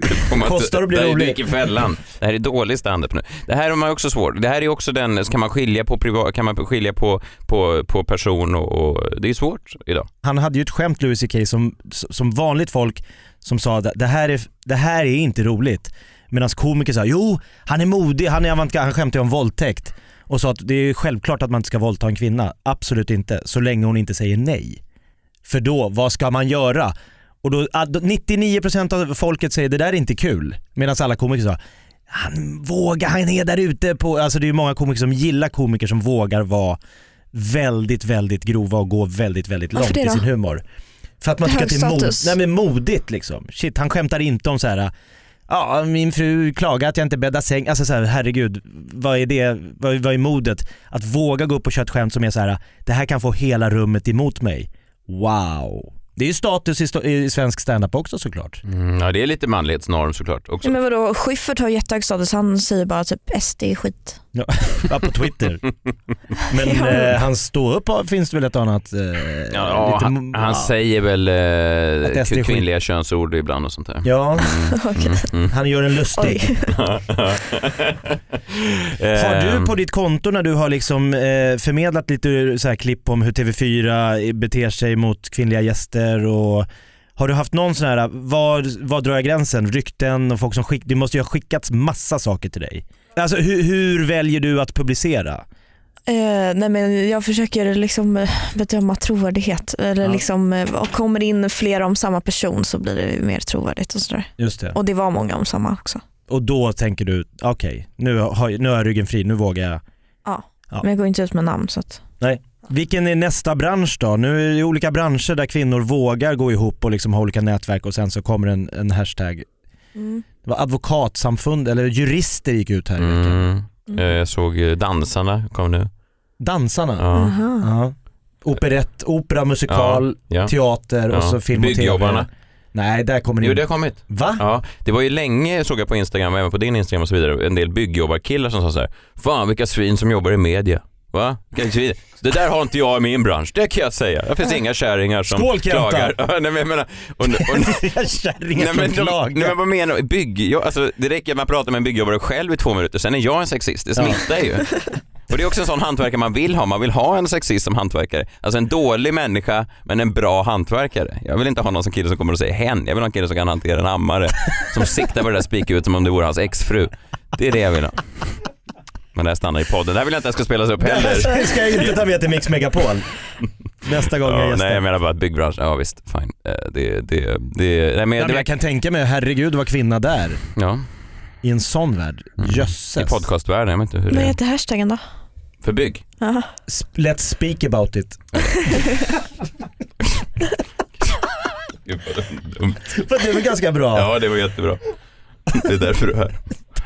Speaker 1: Det får man
Speaker 2: Kostar
Speaker 1: inte-
Speaker 2: att bli
Speaker 1: där
Speaker 2: rolig.
Speaker 1: gick i fällan. Det här är dålig standup nu. Det här är man också svårt. Det här är också den, så kan man skilja på, priva, kan man skilja på, på, på person och, och det är svårt idag.
Speaker 2: Han hade ju ett skämt Louis CK som, som vanligt folk som sa att det här är, det här är inte roligt. Medan komiker sa jo, han är modig, han är avantgarde, han skämtar ju om våldtäkt. Och sa att det är självklart att man inte ska våldta en kvinna. Absolut inte, så länge hon inte säger nej. För då, vad ska man göra? Och då, ah, då- 99% av folket säger det där är inte kul. Medan alla komiker sa han vågar, han är där ute på... Alltså det är ju många komiker som gillar komiker som vågar vara väldigt, väldigt grova och gå väldigt, väldigt
Speaker 4: Varför
Speaker 2: långt
Speaker 4: det
Speaker 2: i
Speaker 4: då?
Speaker 2: sin humor. För att man
Speaker 4: Det
Speaker 2: tycker
Speaker 4: är
Speaker 2: att det är
Speaker 4: hög
Speaker 2: mod,
Speaker 4: status.
Speaker 2: nej, men modigt liksom. Shit, han skämtar inte om så här. Ja, min fru klagar att jag inte bäddar säng. Alltså så här, herregud, vad är det, vad, vad är modet? Att våga gå upp och köra ett skämt som är så här. det här kan få hela rummet emot mig. Wow. Det är ju status i, sto- i svensk standup också såklart.
Speaker 1: Mm, ja, det är lite manlighetsnorm såklart också.
Speaker 4: Ja, men vadå, Schyffert har jättehög status, han säger bara typ SD är skit.
Speaker 2: Ja, på Twitter.
Speaker 1: *laughs*
Speaker 2: Men
Speaker 4: Ja.
Speaker 2: eh, hans ståupp har- finns det väl ett annat... Eh,
Speaker 1: Ja, ja,
Speaker 2: lite
Speaker 1: han,
Speaker 2: mo-
Speaker 1: han säger väl
Speaker 2: Att det är
Speaker 1: eh,
Speaker 2: skit.
Speaker 1: kvinnliga könsord ibland och sånt där.
Speaker 2: Ja,
Speaker 1: Mm.
Speaker 4: Okej.
Speaker 2: *laughs* han gör en lustig.
Speaker 4: Oj.
Speaker 2: Har
Speaker 1: Ehm,
Speaker 2: du på ditt konto när du har liksom eh, förmedlat lite så här klipp om hur TV4 eh, beter sig mot kvinnliga gäster och har du haft någon sån här, var, var drar jag gränsen? Rykten och folk som skickar, det måste ju ha skickats massa saker till dig. Alltså hur, hur väljer du att publicera?
Speaker 4: Eh, nej men jag försöker liksom eh, bedöma trovärdighet. Eller
Speaker 2: Ja.
Speaker 4: liksom, eh, och kommer det in flera om samma person så blir det ju mer trovärdigt. Och, sådär.
Speaker 2: Just det.
Speaker 4: och det var många om samma också.
Speaker 2: Och då tänker du, okej nu, har, nu har jag ryggen fri, nu vågar jag. Ja.
Speaker 4: Men jag går inte ut med namn. Så att,
Speaker 2: Vilken är nästa bransch då? Nu är det olika branscher där kvinnor vågar gå ihop och liksom ha olika nätverk och sen så kommer en, en hashtag. Det var advokatsamfund, eller jurister gick ut här i veckan.
Speaker 1: mm, eh, jag såg eh, Dansarna, kom nu.
Speaker 2: Dansarna.
Speaker 1: Ja,
Speaker 4: Aha.
Speaker 2: Ja. Operett, opera, musikal,
Speaker 1: ja.
Speaker 2: teater och
Speaker 1: Ja.
Speaker 2: så film och tv.
Speaker 1: Byggjobbarna.
Speaker 2: Nej, där kommer det
Speaker 1: Jo,
Speaker 2: in.
Speaker 1: det har kommit.
Speaker 2: Va? *laughs*
Speaker 1: Ja, det var ju länge såg jag på Instagram och även på din Instagram och så vidare en del byggjobbarkillar som sa så här Fan vilka svin som jobbar i media. Va? Vilka svin. Det där har inte jag i min bransch, det kan jag säga. Det finns inga kärringar som
Speaker 2: Skål, Kenta.
Speaker 1: klagar. *laughs* Ja, nej, men jag menar, och, och,
Speaker 2: Kärringar
Speaker 1: nej,
Speaker 2: som
Speaker 1: men, de-
Speaker 2: klagar.
Speaker 1: nej, men vad menar du? Byggjobb, alltså, det räcker att man pratar med en byggjobbare själv i två minuter, sen är jag en sexist. Det smittar *laughs* ju. Och det är också en sån hantverkare man vill ha. Man vill ha en sexist som hantverkare. Alltså en dålig människa, men en bra hantverkare. Jag vill inte ha någon som kille som kommer och säger hen. Jag vill ha en kille som kan hantera en hammare. Som siktar på det där spikhuvudet som om det vore hans exfru. Det är det jag vill ha. Men det här stannar i podden. Det här vill jag inte att det ska spelas upp heller.
Speaker 2: Det *laughs* ska jag inte ta med till Mix Megapol. Nästa gång jag
Speaker 1: Ja,
Speaker 2: gästar.
Speaker 1: nej jag menar bara att byggbranschen, ja visst, fine. Eh, Det, det, det, nej, men
Speaker 2: Ja,
Speaker 1: det
Speaker 2: men jag
Speaker 1: verkar,
Speaker 2: kan tänka mig, herregud vad kvinna där.
Speaker 1: ja,
Speaker 2: I en sån värld.
Speaker 1: Mm. i
Speaker 2: Jösses.
Speaker 1: podcastvärlden, jag vet inte hur
Speaker 4: Vad
Speaker 1: det är.
Speaker 4: heter hashtaggen då?
Speaker 1: För bygg.
Speaker 4: Aha.
Speaker 2: Sp- Let's speak about it.
Speaker 1: Gud, vad dumt.
Speaker 2: För det var ganska bra.
Speaker 1: Ja, det var jättebra. Det är därför du är här.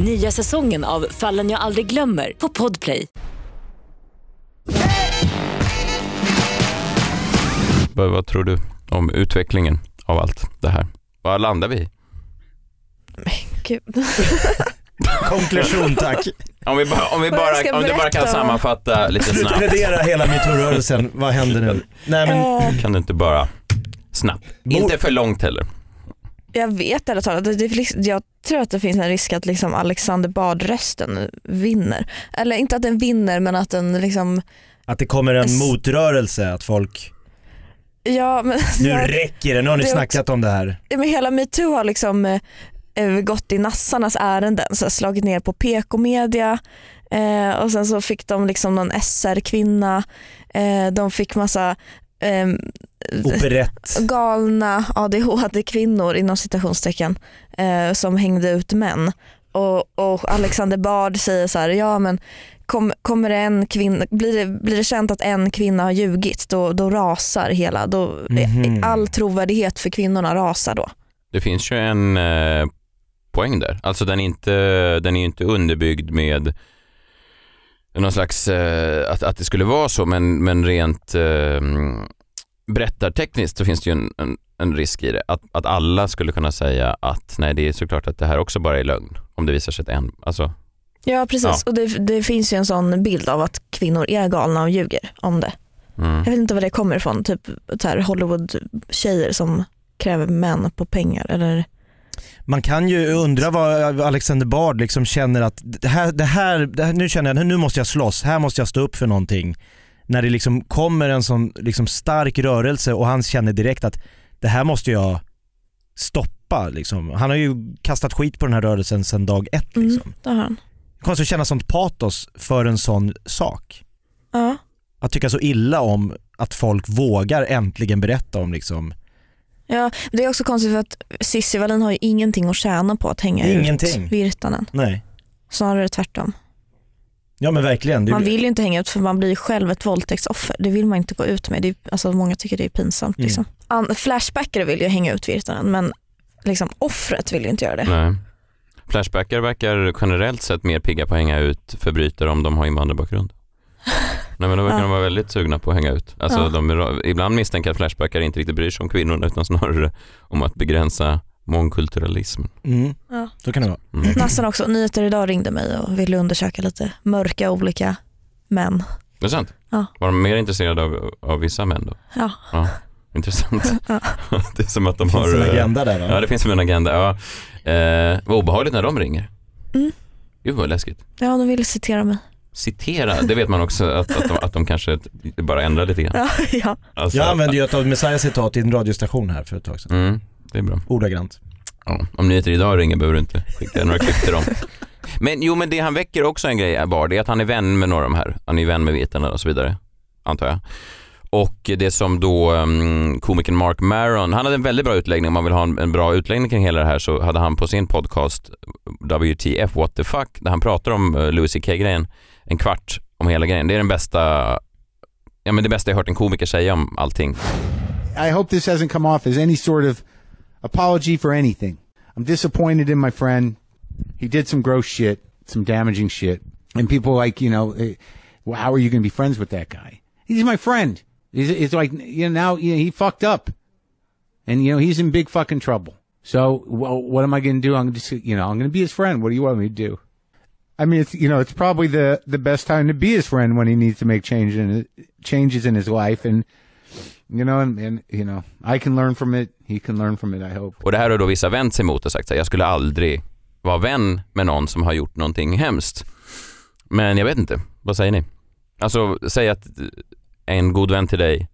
Speaker 6: Nya säsongen av Fallen jag aldrig glömmer på Podplay.
Speaker 1: Vad, vad tror du om utvecklingen av allt det här? Vad landar vi i?
Speaker 4: Gud.
Speaker 2: Konklusion
Speaker 4: *laughs*
Speaker 2: tack.
Speaker 1: Om, vi bara, om, vi
Speaker 4: Vad jag ska
Speaker 1: bara, om du bara kan
Speaker 4: berätta om-
Speaker 1: sammanfatta lite snabbt.
Speaker 2: Plädera hela metoo-rörelsen, vad händer nu? Nej men,
Speaker 4: Eh,
Speaker 1: Kan du inte bara snabbt? Inte för långt heller.
Speaker 4: jag vet ärligt talat, det, det, liksom- jag tror att det finns en risk att liksom Alexander Bard-rösten vinner. Eller inte att den vinner men att den liksom,
Speaker 2: att det kommer en
Speaker 4: S-
Speaker 2: motrörelse, att folk,
Speaker 4: *laughs* ja men,
Speaker 2: nu räcker det, nu har ni
Speaker 4: Det är
Speaker 2: snackat om det här.
Speaker 4: Ja, men hela metoo har liksom eh, eh, gått i nassarnas ärenden, så här, slagit ner på PK-media eh, och sen så fick de liksom någon SR-kvinna, eh, de fick massa eh,
Speaker 2: Operett.
Speaker 4: galna ADHD-kvinnor inom citationstecken eh, som hängde ut män. Och, och Alexander Bard säger så här, ja men kom, kommer det en kvinna, blir, det, blir det känt att en kvinna har ljugit då, då rasar hela, då,
Speaker 2: Mhm.
Speaker 4: all trovärdighet för kvinnorna rasar då.
Speaker 1: Det finns ju en eh, poäng där. Alltså den är inte, den är ju inte underbyggd med någon slags, eh, att, att det skulle vara så, men, men rent eh, berättartekniskt så finns det ju en, en, en risk i det. Att, att alla skulle kunna säga att nej, det är såklart att det här också bara är lögn. Om det visar sig att en, alltså
Speaker 4: Ja precis
Speaker 1: Ja.
Speaker 4: och det, det finns ju en sån bild av att kvinnor är galna och ljuger om det.
Speaker 1: mm.
Speaker 4: Jag vet inte var det kommer ifrån, typ så här Hollywood-tjejer som kräver män på pengar eller
Speaker 2: Man kan ju undra vad Alexander Bard liksom känner att det här, det här, det här, nu känner jag, nu måste jag slåss, här måste jag stå upp för någonting. När det liksom kommer en sån liksom stark rörelse och han känner direkt att det här måste jag stoppa liksom. Han har ju kastat skit på den här rörelsen sedan dag ett
Speaker 4: Mm.
Speaker 2: liksom.
Speaker 4: det har han.
Speaker 2: Konstigt att känna sånt patos för en sån sak.
Speaker 4: Ja.
Speaker 2: Att tycka så illa om att folk vågar äntligen berätta om liksom
Speaker 4: ja, det är också konstigt för att Cissi Wallin har ju ingenting att tjäna på att hänga
Speaker 2: Ingenting.
Speaker 4: ut Virtanen.
Speaker 2: Nej.
Speaker 4: Snarare tvärtom.
Speaker 2: Ja men verkligen. Det,
Speaker 4: Man vill ju inte hänga ut för man blir ju själv ett våldtäktsoffer. Det vill man inte gå ut med. Det är, alltså, många tycker det är pinsamt.
Speaker 2: Mm.
Speaker 4: Liksom. An- flashbackare vill ju hänga ut Virtanen men liksom, offret vill ju inte göra det.
Speaker 1: Nej. Flashbackar verkar generellt sett mer pigga på att hänga ut förbrytare om de har
Speaker 4: *laughs*
Speaker 1: invandrarbakgrund. Nej men då verkar
Speaker 4: Ja.
Speaker 1: de vara väldigt sugna på att hänga ut. Alltså,
Speaker 4: Ja.
Speaker 1: de, är- ibland misstänker jag att flashbackar inte riktigt bryr sig om kvinnorna utan snarare om att begränsa mångkulturalismen.
Speaker 2: Mm.
Speaker 4: Ja.
Speaker 2: Så kan det vara.
Speaker 1: Mm.
Speaker 4: Nassan också, Nyheter idag ringde mig och ville undersöka lite mörka olika män.
Speaker 1: Det är sant.
Speaker 4: Ja.
Speaker 1: Var de mer intresserade av, av vissa män då?
Speaker 4: Ja.
Speaker 1: Intressant.
Speaker 4: *laughs* Ja.
Speaker 1: *laughs* det är som att de
Speaker 2: Det finns
Speaker 1: har...
Speaker 2: en
Speaker 1: eh,
Speaker 2: agenda där va?
Speaker 1: Ja det finns som en agenda. Ja. Eh, vad obehagligt när de ringer.
Speaker 4: Mm.
Speaker 1: Gud vad läskigt.
Speaker 4: ja, de ville citera mig.
Speaker 1: Citera, det vet man också att, att, de, att de kanske bara ändrar lite grann.
Speaker 4: Ja, *laughs* ja.
Speaker 1: Alltså,
Speaker 2: Jag använde ju ett av Messiahs citat i en radiostation här för ett tag sedan.
Speaker 1: Mm, det är bra.
Speaker 2: Ordagrant.
Speaker 1: Ja, om nyheter idag ringer behöver du inte skicka några klipp till dem. Men jo, men det han väcker också en grej var det är att han är vän med några av de här. Han är vän med vetarna och så vidare, antar jag. Och det som då um, komikern Mark Maron, han hade en väldigt bra utläggning, om man vill ha en, en bra utläggning kring hela det här så hade han på sin podcast WTF What the fuck, där han pratar om eh, Louis CK-grejen, en kvart om hela grejen. Det är den bästa, ja men det bästa jag hört en komiker säga om allting.
Speaker 7: I hope this hasn't come off as any sort of apology for anything. I'm disappointed in my friend. He did some gross shit, some damaging shit. And people like, you know, eh, well, how are you going to be friends with that guy? He's my friend. It's, it's like, you know, now you know, he fucked up. And, you know, he's in big fucking trouble. So, well, what am I going to do? I'm just, you know, I'm going to be his friend. What do you want me to do? I mean, it's you know, it's probably the the best time to be his friend when he needs to make change in, changes in his life, and you know, and, and you know, I can learn from it. He can learn from it. I hope.
Speaker 1: Och det här har då vissa vänt sig mot och sagt att jag skulle aldrig vara vän med någon som har gjort någonting hemskt. Men jag vet inte, vad säger ni? Alltså, säg att en god vän till dig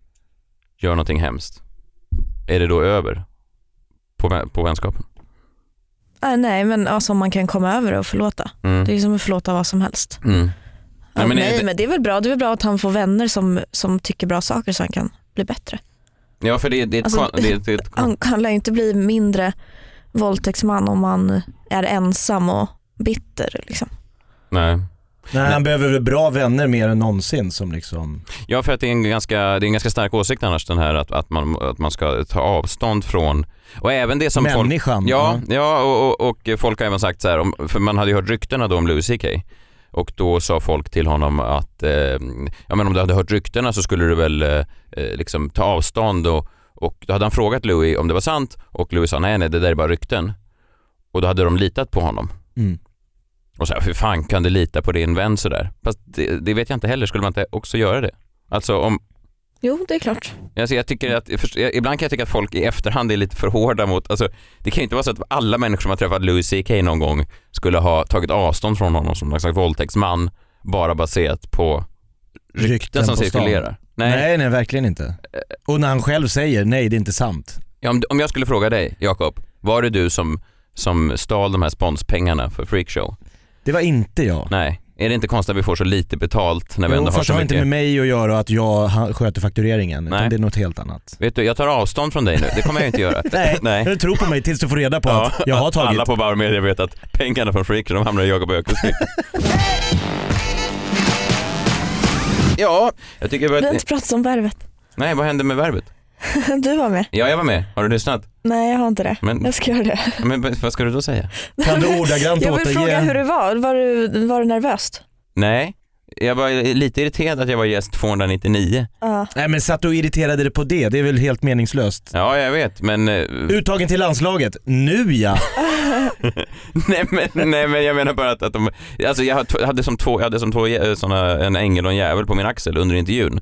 Speaker 1: gör någonting hemskt. Är det då över på, vä- på vänskapen?
Speaker 4: Äh, nej, men alltså, om man kan komma över det och förlåta.
Speaker 1: Mm.
Speaker 4: Det är ju som att förlåta vad som helst.
Speaker 1: Mm. Nej,
Speaker 4: Nej,
Speaker 1: men
Speaker 4: men,
Speaker 1: är det-
Speaker 4: det är väl bra. Det är väl bra att han får vänner som, som tycker bra saker så han kan bli bättre.
Speaker 1: Ja, för det, det är ett...
Speaker 4: Alltså,
Speaker 1: kon- det, är ett- det är ett kon-
Speaker 4: Han, han lär ju inte bli mindre våldtäktsman om han är ensam och bitter. Liksom.
Speaker 1: nej.
Speaker 2: Nej, han behöver väl bra vänner mer än någonsin som liksom...
Speaker 1: Ja, för att det är en ganska, det är en ganska stark åsikt annars den här att, att, man, att man ska ta avstånd från, och även det som folk...
Speaker 2: Människan.
Speaker 1: Ja, ja och, och, och folk har även sagt så här, om, för man hade ju hört ryktena då om Louis CK och då sa folk till honom att eh, ja, men om du hade hört ryktena så skulle du väl eh, eh, liksom ta avstånd och, och då hade han frågat Louis om det var sant och Louis sa nej nej det där är bara rykten och då hade de litat på honom
Speaker 2: Mm.
Speaker 1: och så här, hur fan kan du lita på din vän sådär? Fast det, det vet jag inte heller, skulle man inte också göra det? Alltså om,
Speaker 4: Jo, det är klart.
Speaker 1: Alltså jag tycker att, först- jag- ibland kan jag tycka att folk i efterhand är lite för hårda mot, alltså, det kan ju inte vara så att alla människor som har träffat Louis CK någon gång skulle ha tagit avstånd från honom som någon slags våldtäktsman bara baserat på rykten
Speaker 2: Rykten
Speaker 1: som
Speaker 2: på stan.
Speaker 1: cirkulerar. Nej. Eh.
Speaker 2: Nej. nej, verkligen inte. Och när han själv säger nej, det är inte sant.
Speaker 1: Ja, Om, om jag skulle fråga dig, Jakob, var det du som, som stal de här sponspengarna för freakshow?
Speaker 2: Det var inte jag.
Speaker 1: Nej. Är det inte konstigt att vi får så lite betalt när vi
Speaker 2: jo,
Speaker 1: ändå har
Speaker 2: fast det
Speaker 1: så
Speaker 2: har inte
Speaker 1: mycket?
Speaker 2: med mig att göra att jag ha- sköter faktureringen,
Speaker 1: Nej.
Speaker 2: utan det är något helt annat.
Speaker 1: Vet du, jag tar avstånd från dig nu, det kommer jag inte göra.
Speaker 2: *laughs* Nej,
Speaker 1: Nej.
Speaker 2: du tror på mig tills du får reda på
Speaker 1: Ja,
Speaker 2: att jag har tagit.
Speaker 1: Alla på Bauer Media vet att pengarna från Freakshow de hamnar i Jakob Öqvists fickor. Ja, jag tycker
Speaker 4: Vi har
Speaker 1: att...
Speaker 4: inte pratat om värvet. *laughs*
Speaker 1: Nej, vad hände med verbet?
Speaker 4: Du var med.
Speaker 1: Ja, jag var med. Har du lyssnat?
Speaker 4: Nej, jag har inte det.
Speaker 1: Men-
Speaker 4: Jag ska göra det.
Speaker 1: Men v- vad ska du då säga?
Speaker 2: Kan du
Speaker 1: *laughs*
Speaker 2: ordagrant
Speaker 4: Jag vill fråga hur
Speaker 2: återge?
Speaker 4: det var. Var du, var du nervös?
Speaker 1: Nej, jag var lite irriterad att jag var gäst 299.
Speaker 4: Ja.
Speaker 2: Nej men satt du och irriterade dig på det, det är väl helt meningslöst.
Speaker 1: Ja, jag vet, men... eh,
Speaker 2: Uttagen till landslaget, nu ja.
Speaker 1: nej, men nej, men jag menar bara att, att de... Alltså jag hade- hade som två, jag hade som två eh, såna, en ängel och en djävul på min axel under intervjun.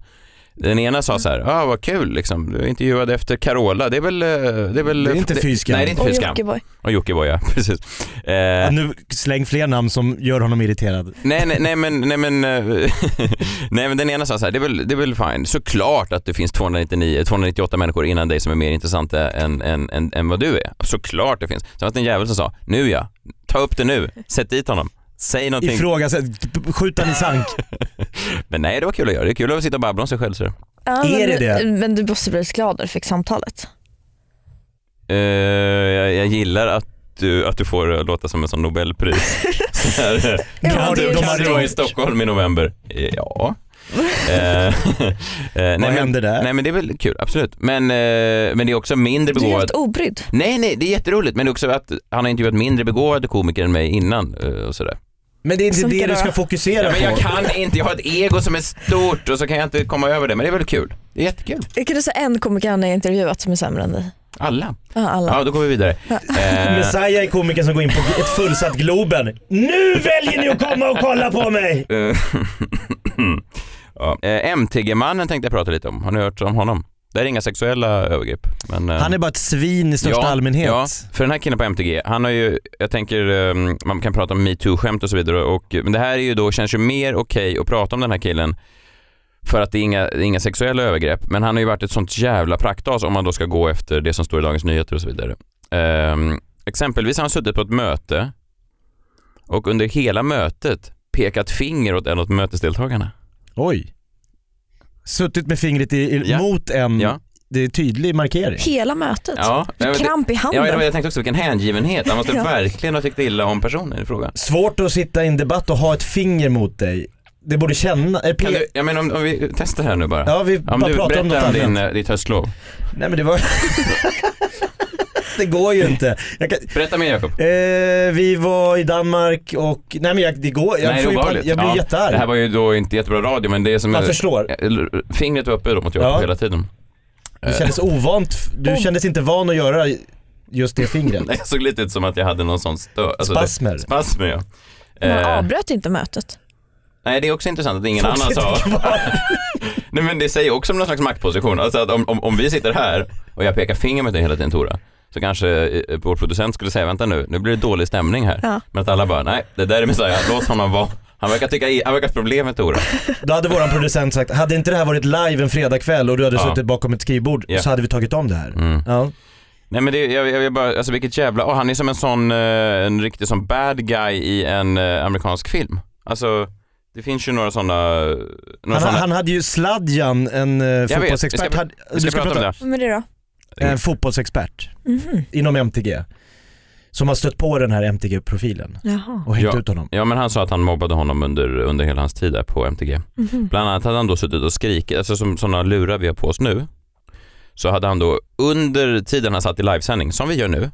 Speaker 1: Den ena sa så här, ah, vad kul liksom, du intervjuade efter Carola, det är väl... eh, Det är, väl
Speaker 2: Det är inte fy skam.
Speaker 1: Nej, det är inte
Speaker 4: Och
Speaker 1: fy skam.
Speaker 4: Jockiboi.
Speaker 1: Och Jockiboi ja, *laughs* precis.
Speaker 2: Ja,
Speaker 1: Eh,
Speaker 2: Nu släng fler namn som gör honom irriterad.
Speaker 1: nej, nej, nej men, nej men, eh, *laughs* nej men den ena sa så här, det är väl, det är väl fine. Såklart att det finns 299, 298 människor innan dig som är mer intressanta än, än, än, än vad du är. Såklart det finns. Sen var det en jävel som sa, nu ja, ta upp det nu, sätt dit honom. Säg någonting.
Speaker 2: Ifrågasätt, skjut han i sank.
Speaker 1: *laughs* Men nej det var kul att göra, det är kul att sitta och babbla om sig själv. Så.
Speaker 4: Ja,
Speaker 2: Är
Speaker 4: men,
Speaker 2: det det?
Speaker 4: Men du måste bli glad när du fick samtalet.
Speaker 1: Eh, jag, jag gillar att du, att du får det att låta som en sån
Speaker 2: *laughs*
Speaker 1: nobelpris. Så här, eh,
Speaker 4: Ja,
Speaker 1: kan
Speaker 4: det
Speaker 1: du,
Speaker 4: är
Speaker 1: kan
Speaker 4: sant.
Speaker 1: du vara i Stockholm i november? Eh, Ja. Eh, *laughs* eh, nej,
Speaker 2: Vad
Speaker 1: men-
Speaker 2: hände där?
Speaker 1: Nej men det är väl kul, absolut. Men, eh, men det är också mindre
Speaker 4: Du är
Speaker 1: begåvat.
Speaker 4: helt obrydd.
Speaker 1: Nej nej, det är jätteroligt men det är också att han har intervjuat mindre begåvade komiker än mig innan eh, och sådär.
Speaker 2: Men det är inte
Speaker 4: Som
Speaker 2: det
Speaker 4: kan
Speaker 2: du ska
Speaker 4: röra.
Speaker 2: fokusera
Speaker 1: Ja, men jag
Speaker 2: på.
Speaker 1: kan inte, jag har ett ego som är stort och så kan jag inte komma över det men det är väl kul. Det är jättekul.
Speaker 4: Kan du säga en komiker han har intervjuat som är sämre än dig?
Speaker 1: Alla.
Speaker 4: Ja, alla.
Speaker 1: Ja då går vi vidare. Eh,
Speaker 2: Messiah är komikern som går in på ett fullsatt Globen. Nu väljer ni att komma och kolla på mig!
Speaker 1: Eh, *laughs* ja. eh, MTG-mannen tänkte jag prata lite om. Har ni hört om honom? Det är inga sexuella övergrepp. Men, eh,
Speaker 2: Han är bara ett svin i största
Speaker 1: ja,
Speaker 2: allmänhet.
Speaker 1: Ja, för den här killen på MTG, han har ju, jag tänker, eh, man kan prata om metoo-skämt och så vidare, och, men det här är ju då, känns ju mer okej att prata om den här killen för att det är, inga, det är inga sexuella övergrepp, men han har ju varit ett sånt jävla praktas om man då ska gå efter det som står i Dagens Nyheter och så vidare. Eh, exempelvis har han suttit på ett möte och under hela mötet pekat finger åt en av mötesdeltagarna.
Speaker 2: Oj. Suttit med fingret i, i,
Speaker 1: Ja.
Speaker 2: mot en,
Speaker 1: Ja.
Speaker 2: det är tydlig markering.
Speaker 4: Hela mötet.
Speaker 1: Ja, jag vet-
Speaker 4: Kramp i handen.
Speaker 1: Ja, jag- jag tänkte också vilken hängivenhet. Han måste
Speaker 4: Ja.
Speaker 1: verkligen ha tyckt illa om personen i fråga.
Speaker 2: Svårt att sitta i en debatt och ha ett finger mot dig. Det borde känna... eh,
Speaker 1: Kan
Speaker 2: pe-
Speaker 1: du, jag menar om, om vi testar här nu bara.
Speaker 2: ja vi
Speaker 1: om
Speaker 2: bara
Speaker 1: du
Speaker 2: pratar om något
Speaker 1: berättar om din,
Speaker 2: annat.
Speaker 1: eh, ditt höstlov.
Speaker 2: Nej men det var... *laughs* det går ju inte. Jag kan...
Speaker 1: Berätta mer Jakob.
Speaker 2: eh, vi var i Danmark och... Nej men jag, det går... Jag,
Speaker 1: Nej,
Speaker 2: får ju pan-
Speaker 1: obehagligt.
Speaker 2: jag blir
Speaker 1: Ja,
Speaker 2: jättearg.
Speaker 1: Det här var ju då inte jättebra radio men det är som...
Speaker 2: Jag förstår.
Speaker 1: eh, Fingret var uppe då mot Jakob
Speaker 2: Ja.
Speaker 1: hela tiden. *laughs*
Speaker 2: Det kändes ovant. Du kändes inte van att göra just det fingret.
Speaker 1: Nej, jag såg lite ut som att jag hade någon sån stö... alltså,
Speaker 2: Spasmer.
Speaker 1: det- Spasmer ja.
Speaker 4: Man
Speaker 1: Eh,
Speaker 4: avbröt inte mötet.
Speaker 1: nej det är också intressant att ingen annan
Speaker 2: Sitter *laughs*
Speaker 1: sa.
Speaker 2: kvar.
Speaker 1: Nej men det säger också om någon slags maktposition. Alltså att om, om, om vi sitter här och jag pekar finger mot dig hela tiden Tora, så kanske eh, vår producent skulle säga vänta nu, nu blir det dålig stämning här.
Speaker 4: Ja.
Speaker 1: Men att alla bara, nej det där är Messiah, låt honom vara. Han verkar tycka, i- han verkar ha problem med Tora.
Speaker 2: Då hade våran producent sagt, hade inte det här varit live en fredagkväll och du hade
Speaker 1: Ja.
Speaker 2: suttit bakom ett skrivbord
Speaker 1: Ja. Mm.
Speaker 2: så hade vi tagit om det här. Ja.
Speaker 1: Nej men det, jag, jag, jag bara, alltså vilket jävla, åh, han är som en sån, eh, en riktig sån bad guy i en eh, amerikansk film. Alltså Det finns ju några sådana... Några
Speaker 2: Han,
Speaker 1: såna,
Speaker 2: han hade ju Sladjan, en eh,
Speaker 1: vet,
Speaker 2: fotbollsexpert.
Speaker 1: vi ska-
Speaker 2: hade-
Speaker 1: vi ska
Speaker 2: du
Speaker 1: prata Eh, om det.
Speaker 4: Vem är det då?
Speaker 2: En fotbollsexpert
Speaker 4: Mhm.
Speaker 2: inom MTG. Som har stött på den här MTG-profilen
Speaker 4: Jaha.
Speaker 2: och hängt
Speaker 1: Ja.
Speaker 2: ut honom.
Speaker 1: Ja men han sa att han mobbade honom under, under hela hans tid där på MTG.
Speaker 4: Mhm.
Speaker 1: Bland annat hade han då suttit och skrikit, alltså som sådana lurar vi har på oss nu. Så hade han då under tiden han satt i livesändning, som vi gör nu,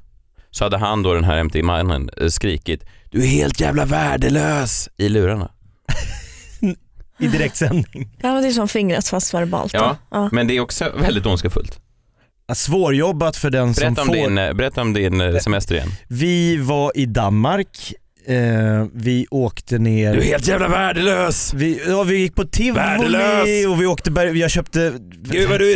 Speaker 1: så hade han då den här MTG-mannen eh, skrikit Du är helt jävla värdelös i lurarna.
Speaker 2: I direktsändning.
Speaker 4: Ja, men det är som fingret fast verbalt. då.
Speaker 1: Ja.
Speaker 4: Ja.
Speaker 1: Men det är också väldigt ondskefullt.
Speaker 2: *laughs* Ja, Svårjobbat för den
Speaker 1: Berätta
Speaker 2: som
Speaker 1: om,
Speaker 2: får.
Speaker 1: din, eh, berätta om din eh, semester igen.
Speaker 2: Vi var i Danmark, eh, vi åkte ner...
Speaker 1: Du är helt jävla värdelös!
Speaker 2: Vi, ja, vi gick på tivoli
Speaker 1: Värdelös!
Speaker 2: och vi åkte berg, jag köpte... Eh,
Speaker 1: Gud vad du är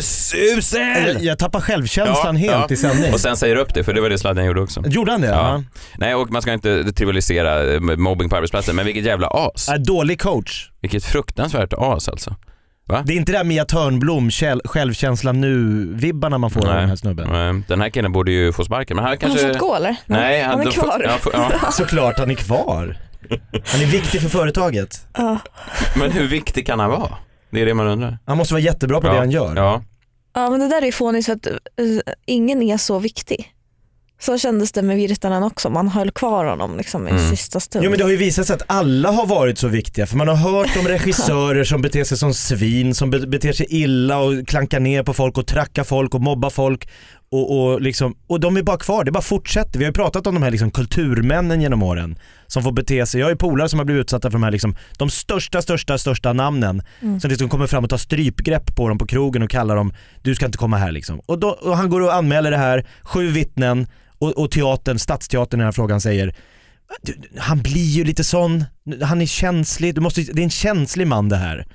Speaker 1: usel!
Speaker 2: jag, jag tappade självkänslan
Speaker 1: Ja,
Speaker 2: helt
Speaker 1: ja.
Speaker 2: i sändning.
Speaker 1: Och sen säger du upp det, för det var det sladden gjorde också.
Speaker 2: Gjorde han det?
Speaker 1: Ja. Nej, och man ska inte trivialisera eh, mobbing på arbetsplatsen, men vilket jävla as.
Speaker 2: Ja. Äh, Dålig coach.
Speaker 1: Vilket fruktansvärt as alltså.
Speaker 2: Det är inte det där Mia Törnblom, käll- självkänsla nu-vibbarna man får av
Speaker 1: Nej.
Speaker 2: den här snubben.
Speaker 1: Nej, Eh, Den här killen borde ju få sparken, men han
Speaker 4: Har han
Speaker 1: kanske...
Speaker 4: fått gå eller?
Speaker 1: Nej,
Speaker 4: han är
Speaker 1: då får-
Speaker 4: kvar.
Speaker 1: ja, får- ja.
Speaker 4: *laughs*
Speaker 2: Såklart han är kvar. Han är viktig för företaget.
Speaker 4: Ja.
Speaker 1: Men hur viktig kan han vara? Det är det man undrar.
Speaker 2: Han måste vara jättebra på
Speaker 1: ja.
Speaker 2: det han gör.
Speaker 1: Ja.
Speaker 4: Ja men det där är ju fånigt för att eh, ingen är så viktig. Så kändes det med Virtanen också, man höll kvar honom liksom i
Speaker 1: Mm.
Speaker 4: sista stund.
Speaker 2: Jo men det har ju visat sig att alla har varit så viktiga för man har hört om regissörer som beter sig som svin, som be- beter sig illa och klankar ner på folk och trackar folk och mobbar folk. Och, och, liksom, och de är bara kvar, det bara fortsätter. Vi har ju pratat om de här liksom kulturmännen genom åren som får bete sig. Jag har ju polare som har blivit utsatta för de här liksom, de största, största, största namnen som liksom kommer fram och tar strypgrepp på dem på krogen och kallar dem du ska inte komma här liksom. Och, då, och han går och anmäler det här, sju vittnen och, och teatern, Stadsteatern i den här frågan säger du, han blir ju lite sån, han är känslig, du måste, det är en känslig man det här.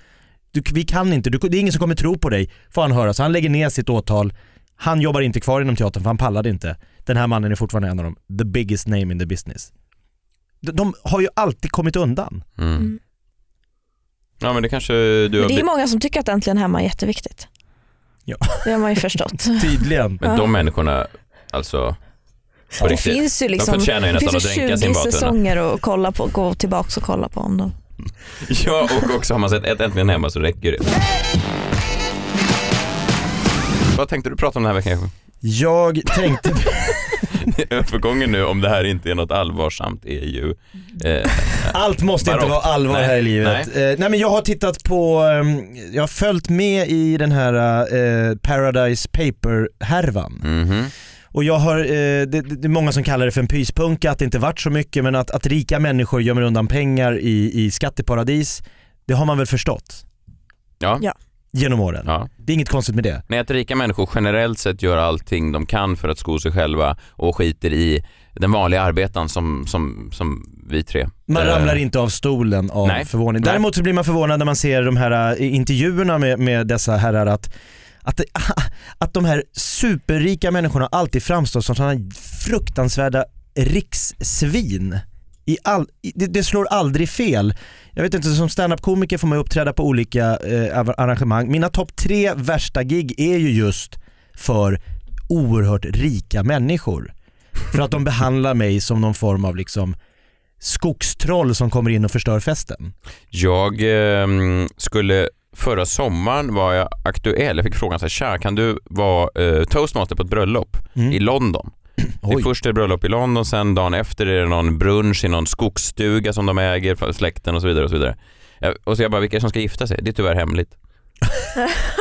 Speaker 2: Du, vi kan inte, du, det är ingen som kommer tro på dig, får han höra. Så han lägger ner sitt åtal, han jobbar inte kvar inom teatern för han pallade inte. Den här mannen är fortfarande en av dem, the biggest name in the business. De, de har ju alltid kommit undan.
Speaker 1: Mm. ja, men det kanske du har...
Speaker 4: Men det är ju
Speaker 1: blivit-
Speaker 4: många som tycker att Äntligen Hemma är jätteviktigt.
Speaker 2: Ja.
Speaker 4: Det har man
Speaker 1: *laughs*
Speaker 4: ju förstått.
Speaker 2: Tydligen.
Speaker 1: Men de människorna, alltså... På
Speaker 4: det
Speaker 1: riktigt.
Speaker 4: finns ju
Speaker 1: de
Speaker 4: liksom
Speaker 1: förtjänar ju
Speaker 4: det
Speaker 1: nästan att
Speaker 4: finns ju
Speaker 1: dränka
Speaker 4: 20
Speaker 1: sin badtunna.
Speaker 4: säsonger att kolla på, gå tillbaka och kolla på om dem.
Speaker 1: Ja, och också har man sett ett Äntligen Hemma så räcker
Speaker 4: *laughs*
Speaker 1: det. Vad tänkte du prata om den här veckan?
Speaker 2: Jag tänkte,
Speaker 1: *laughs* Övergången nu, om det här inte är något allvarsamt, är ju... Eh,
Speaker 2: *laughs* allt måste inte
Speaker 1: Barockt.
Speaker 2: vara allvar
Speaker 1: Nej.
Speaker 2: här i livet. Nej. Eh, nej men jag har tittat på, ehm, jag har följt med i den här eh, Paradise Paper-härvan.
Speaker 1: mhm.
Speaker 2: Och jag har, eh, det, det det är många som kallar det för en pyspunka, att det inte varit så mycket men att, att rika människor gömmer undan pengar i, i skatteparadis, det har man väl förstått
Speaker 1: Ja.
Speaker 4: Ja.
Speaker 2: genom åren.
Speaker 1: ja.
Speaker 2: Det är inget konstigt med det.
Speaker 1: Nej, att rika människor generellt sett gör allting de kan för att sko sig själva och skiter i den vanliga arbetaren som, som, som vi tre.
Speaker 2: Man
Speaker 1: Eh,
Speaker 2: ramlar inte av stolen av
Speaker 1: nej.
Speaker 2: förvåning.
Speaker 1: Nej.
Speaker 2: Däremot så blir man förvånad när man ser de här eh, intervjuerna med, med dessa herrar att att, *laughs* det, att de här superrika människorna alltid framstår som sådana fruktansvärda rikssvin. I all, i, det, det slår aldrig fel. Jag vet inte, som standup-komiker får man ju uppträda på olika eh, ar- arrangemang. Mina topp tre värsta gig är ju just för oerhört rika människor. För att de behandlar mig som någon form av liksom skogstroll som kommer in och förstör festen.
Speaker 1: Jag ehm, skulle förra sommaren var jag aktuell. Jag fick frågan så här, tja, kan du vara eh, toastmaster på ett bröllop
Speaker 2: Mm.
Speaker 1: i London? Det är
Speaker 2: Oj.
Speaker 1: först ett bröllop i London, sen dagen efter är det någon brunch i någon skogsstuga som de äger för släkten och så vidare. Och så vidare. Eh, Och så jag bara, vilka är det som ska gifta sig? Det är tyvärr hemligt.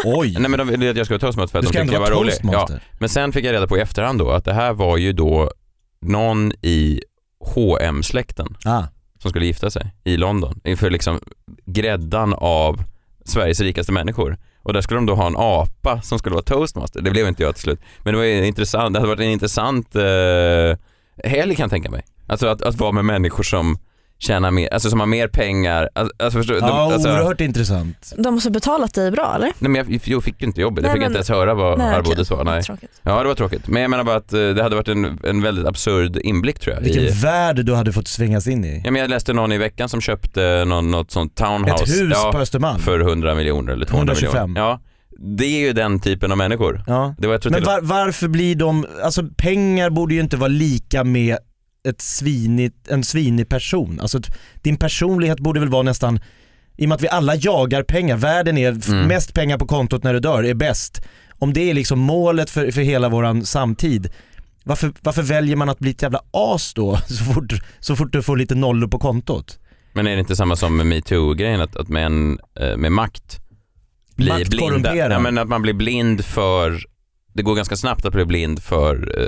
Speaker 2: Oj.
Speaker 1: Nej men de ville att jag skulle vara toastmaster för att
Speaker 2: Du
Speaker 1: de
Speaker 2: ska
Speaker 1: tyckte
Speaker 2: ändå
Speaker 1: jag var
Speaker 2: vara
Speaker 1: rolig. Ja,
Speaker 2: toastmaster.
Speaker 1: Men sen fick jag reda på i efterhand då att det här var ju då någon i hm släkten
Speaker 2: Ah.
Speaker 1: som skulle gifta sig i London inför liksom gräddan av Sveriges rikaste människor. Och där skulle de då ha en apa som skulle vara toastmaster. Det blev inte jag till slut. Men det var ju intressant, det hade varit en intressant eh, helg kan jag tänka mig. Alltså att, att vara med människor som tjänar mer, alltså som har mer pengar. Alltså, alltså, förstår, de,
Speaker 2: Ja,
Speaker 1: alltså,
Speaker 2: oerhört intressant.
Speaker 4: De måste ha betalat dig bra eller?
Speaker 1: nej men jag, jag fick ju inte jobbet, jag
Speaker 4: Nej,
Speaker 1: fick
Speaker 4: men-
Speaker 1: inte ens höra vad
Speaker 4: Nej,
Speaker 1: arvodet var. Nej.
Speaker 4: Tråkigt.
Speaker 1: Ja det var tråkigt, men jag menar bara att eh, det hade varit en, en väldigt absurd inblick tror jag.
Speaker 2: Vilken
Speaker 1: I,
Speaker 2: värld du hade fått svängas in i.
Speaker 1: ja, men jag läste någon i veckan som köpte någon, något sånt townhouse
Speaker 2: Ett hus
Speaker 1: ja,
Speaker 2: på Östermalm.
Speaker 1: för 100 miljoner eller 200
Speaker 2: 125.
Speaker 1: miljoner. Ja, det är ju den typen av människor.
Speaker 2: Ja.
Speaker 1: Det var, jag tror
Speaker 2: Men
Speaker 1: till-
Speaker 2: var, varför blir de, alltså pengar borde ju inte vara lika med ett svinigt, en svinig person. Alltså t- din personlighet borde väl vara nästan I och med att vi alla jagar pengar, världen är f-
Speaker 1: Mm.
Speaker 2: mest pengar på kontot när du dör, är bäst. Om det är liksom målet för, för hela våran samtid, varför, varför väljer man att bli ett jävla as då *laughs* så fort, så fort du får lite nollor på kontot?
Speaker 1: Men är det inte samma som med metoo-grejen, att, att män eh, med makt blir
Speaker 2: Makt
Speaker 1: blinda?
Speaker 2: korrumperar.
Speaker 1: Ja, men att man blir blind för, det går ganska snabbt att bli blind för eh,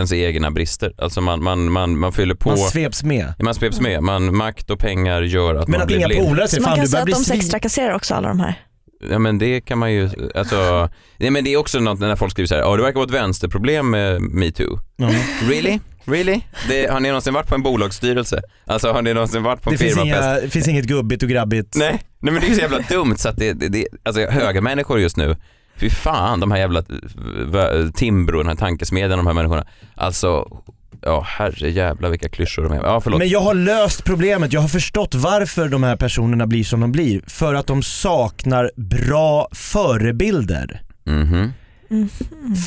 Speaker 1: ens egna brister. Alltså man, man, man, man fyller på,
Speaker 2: Man
Speaker 1: man,
Speaker 2: sveps med.
Speaker 1: man sveps med, man, makt och pengar gör att
Speaker 2: Men
Speaker 1: man
Speaker 2: att
Speaker 1: blir
Speaker 2: inga
Speaker 1: blind.
Speaker 2: polare
Speaker 4: Så
Speaker 2: säger
Speaker 4: Alltså,
Speaker 2: fan
Speaker 4: man kan
Speaker 2: du börjar
Speaker 4: säga att
Speaker 2: bli
Speaker 4: de
Speaker 2: svin.
Speaker 4: sextrakasserar också alla de här.
Speaker 1: Ja men det kan man ju, alltså, nej men det är också något när folk skriver så här, ja det verkar vara ett vänsterproblem med metoo.
Speaker 2: Ja.
Speaker 1: Really? Really? Det, har ni någonsin varit på en bolagsstyrelse? Alltså har ni någonsin varit på en
Speaker 2: Det finns,
Speaker 1: firmafest?
Speaker 2: inga, det finns inget gubbigt och grabbigt.
Speaker 1: Nej, nej men det är så jävla dumt så att det, det, det alltså högermänniskor just nu, fy fan de här jävla eh, vä- Timbro, den här tankesmedjan, de här människorna. Alltså, ja herre jävla vilka klyschor de är. Ja förlåt.
Speaker 2: Men jag har löst problemet, jag har förstått varför de här personerna blir som de blir. För att de saknar bra förebilder.
Speaker 1: Mhm.
Speaker 4: Mm.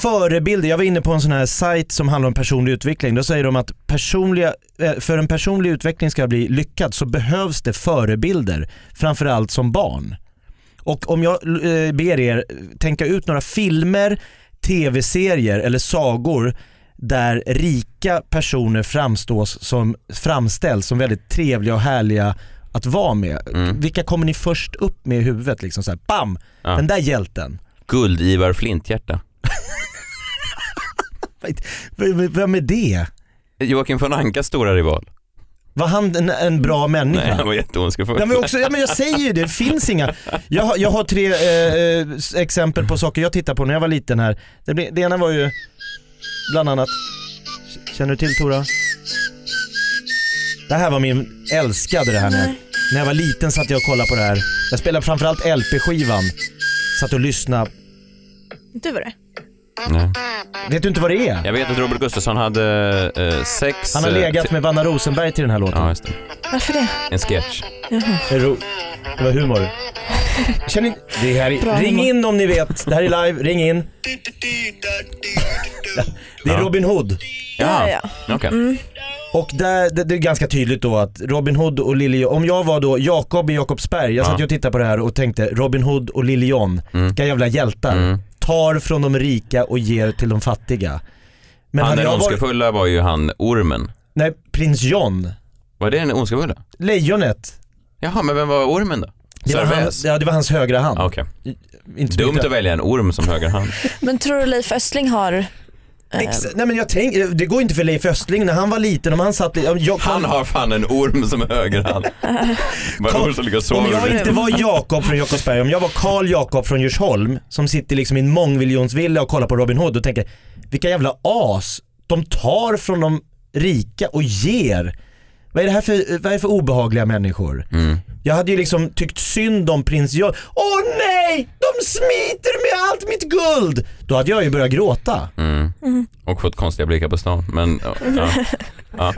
Speaker 2: Förebilder, jag var inne på en sån här sajt som handlar om personlig utveckling. Då säger de att personliga, eh, för en personlig utveckling ska bli lyckad så behövs det förebilder. Framförallt som barn. Och om jag eh, ber er tänka ut några filmer, tv-serier eller sagor där rika personer framstås som, framställs som väldigt trevliga och härliga att vara med. Vilka kommer ni först upp med i huvudet? Liksom så här, bam!
Speaker 1: Ja.
Speaker 2: Den där hjälten.
Speaker 1: Guld-Ivar Flinthjärta.
Speaker 2: V- v- Vem är det?
Speaker 1: Joakim von Ankas stora rival.
Speaker 2: Var han en, en bra människa?
Speaker 1: Mm. Nej han var jätteondskefull.
Speaker 2: Nej, men också, ja, men jag säger ju det, det finns inga. Jag, har- jag har tre eh, eh, s- exempel på saker jag tittar på när jag var liten här. Det, blir- det ena var ju bland annat, känner du till Tora? Det här var min, älskade det här när, när jag var liten satt jag och kollade på det här. Jag spelade framförallt LP-skivan. Satt och lyssnade.
Speaker 4: Du var det.
Speaker 1: Nej.
Speaker 2: Vet du inte vad det är?
Speaker 1: Jag vet att Robert Gustafsson hade eh, sex...
Speaker 2: Han har
Speaker 1: eh,
Speaker 2: legat
Speaker 1: ti-
Speaker 2: med Vanna Rosenberg till den här låten.
Speaker 1: Ja just det.
Speaker 4: Varför det?
Speaker 1: En sketch.
Speaker 2: Det är ro- Det var humor. Känner ni- det här
Speaker 4: Bra
Speaker 2: är, ring
Speaker 4: humor.
Speaker 2: in om ni vet. Det här är live, ring in. Det är
Speaker 1: Ja.
Speaker 2: Robin Hood.
Speaker 4: Ja, ja.
Speaker 2: Mm,
Speaker 1: Okej.
Speaker 2: Och där, det, det är ganska tydligt då att Robin Hood och Lilje, om jag var då Jakob i Jakobsberg, jag satt
Speaker 1: Ja. Mm.
Speaker 2: ju och tittade på det här och tänkte Robin Hood och Lille John, vilka jävla hjältar. Tar från de rika och ger till de fattiga. Men
Speaker 1: Han
Speaker 2: hade
Speaker 1: den
Speaker 2: jag varit,
Speaker 1: ondskefulla var ju han Ormen.
Speaker 2: nej prins John,
Speaker 1: Var det den ondskefulla?
Speaker 2: lejonet,
Speaker 1: Jaha men vem var Ormen då?
Speaker 2: det var, han,
Speaker 1: Servais?
Speaker 2: ja, det var hans högra hand.
Speaker 1: Ah, Okej.
Speaker 2: Inte så
Speaker 1: Dumt
Speaker 2: mycket-
Speaker 1: att välja en orm som
Speaker 2: *laughs*
Speaker 1: högerhand.
Speaker 4: Men tror du Leif Östling har... eh, Ehm.
Speaker 2: Ex- Nej men jag tänker, det går inte för Leif Östling när han var liten, om han satt i- om jag,
Speaker 1: Han har fan en orm som
Speaker 2: *laughs*
Speaker 1: högerhand. Bara en orm som ligger och
Speaker 2: Om jag
Speaker 1: sover.
Speaker 2: inte var Jakob från Jakobsberg, om jag var Karl Jakob från Djursholm som sitter liksom i en mångmiljonsvilla och kollar på Robin Hood och tänker vilka jävla as, de tar från de rika och ger. Vad är det här för, eh, vad är det för obehagliga människor?
Speaker 1: Mm.
Speaker 2: Jag hade ju liksom tyckt synd om prins John. Åh nej, de smiter med allt mitt guld! Då hade jag ju börjat gråta,
Speaker 1: Mm. Och fått konstiga blickar på stan. Men ja, ja.
Speaker 2: *laughs*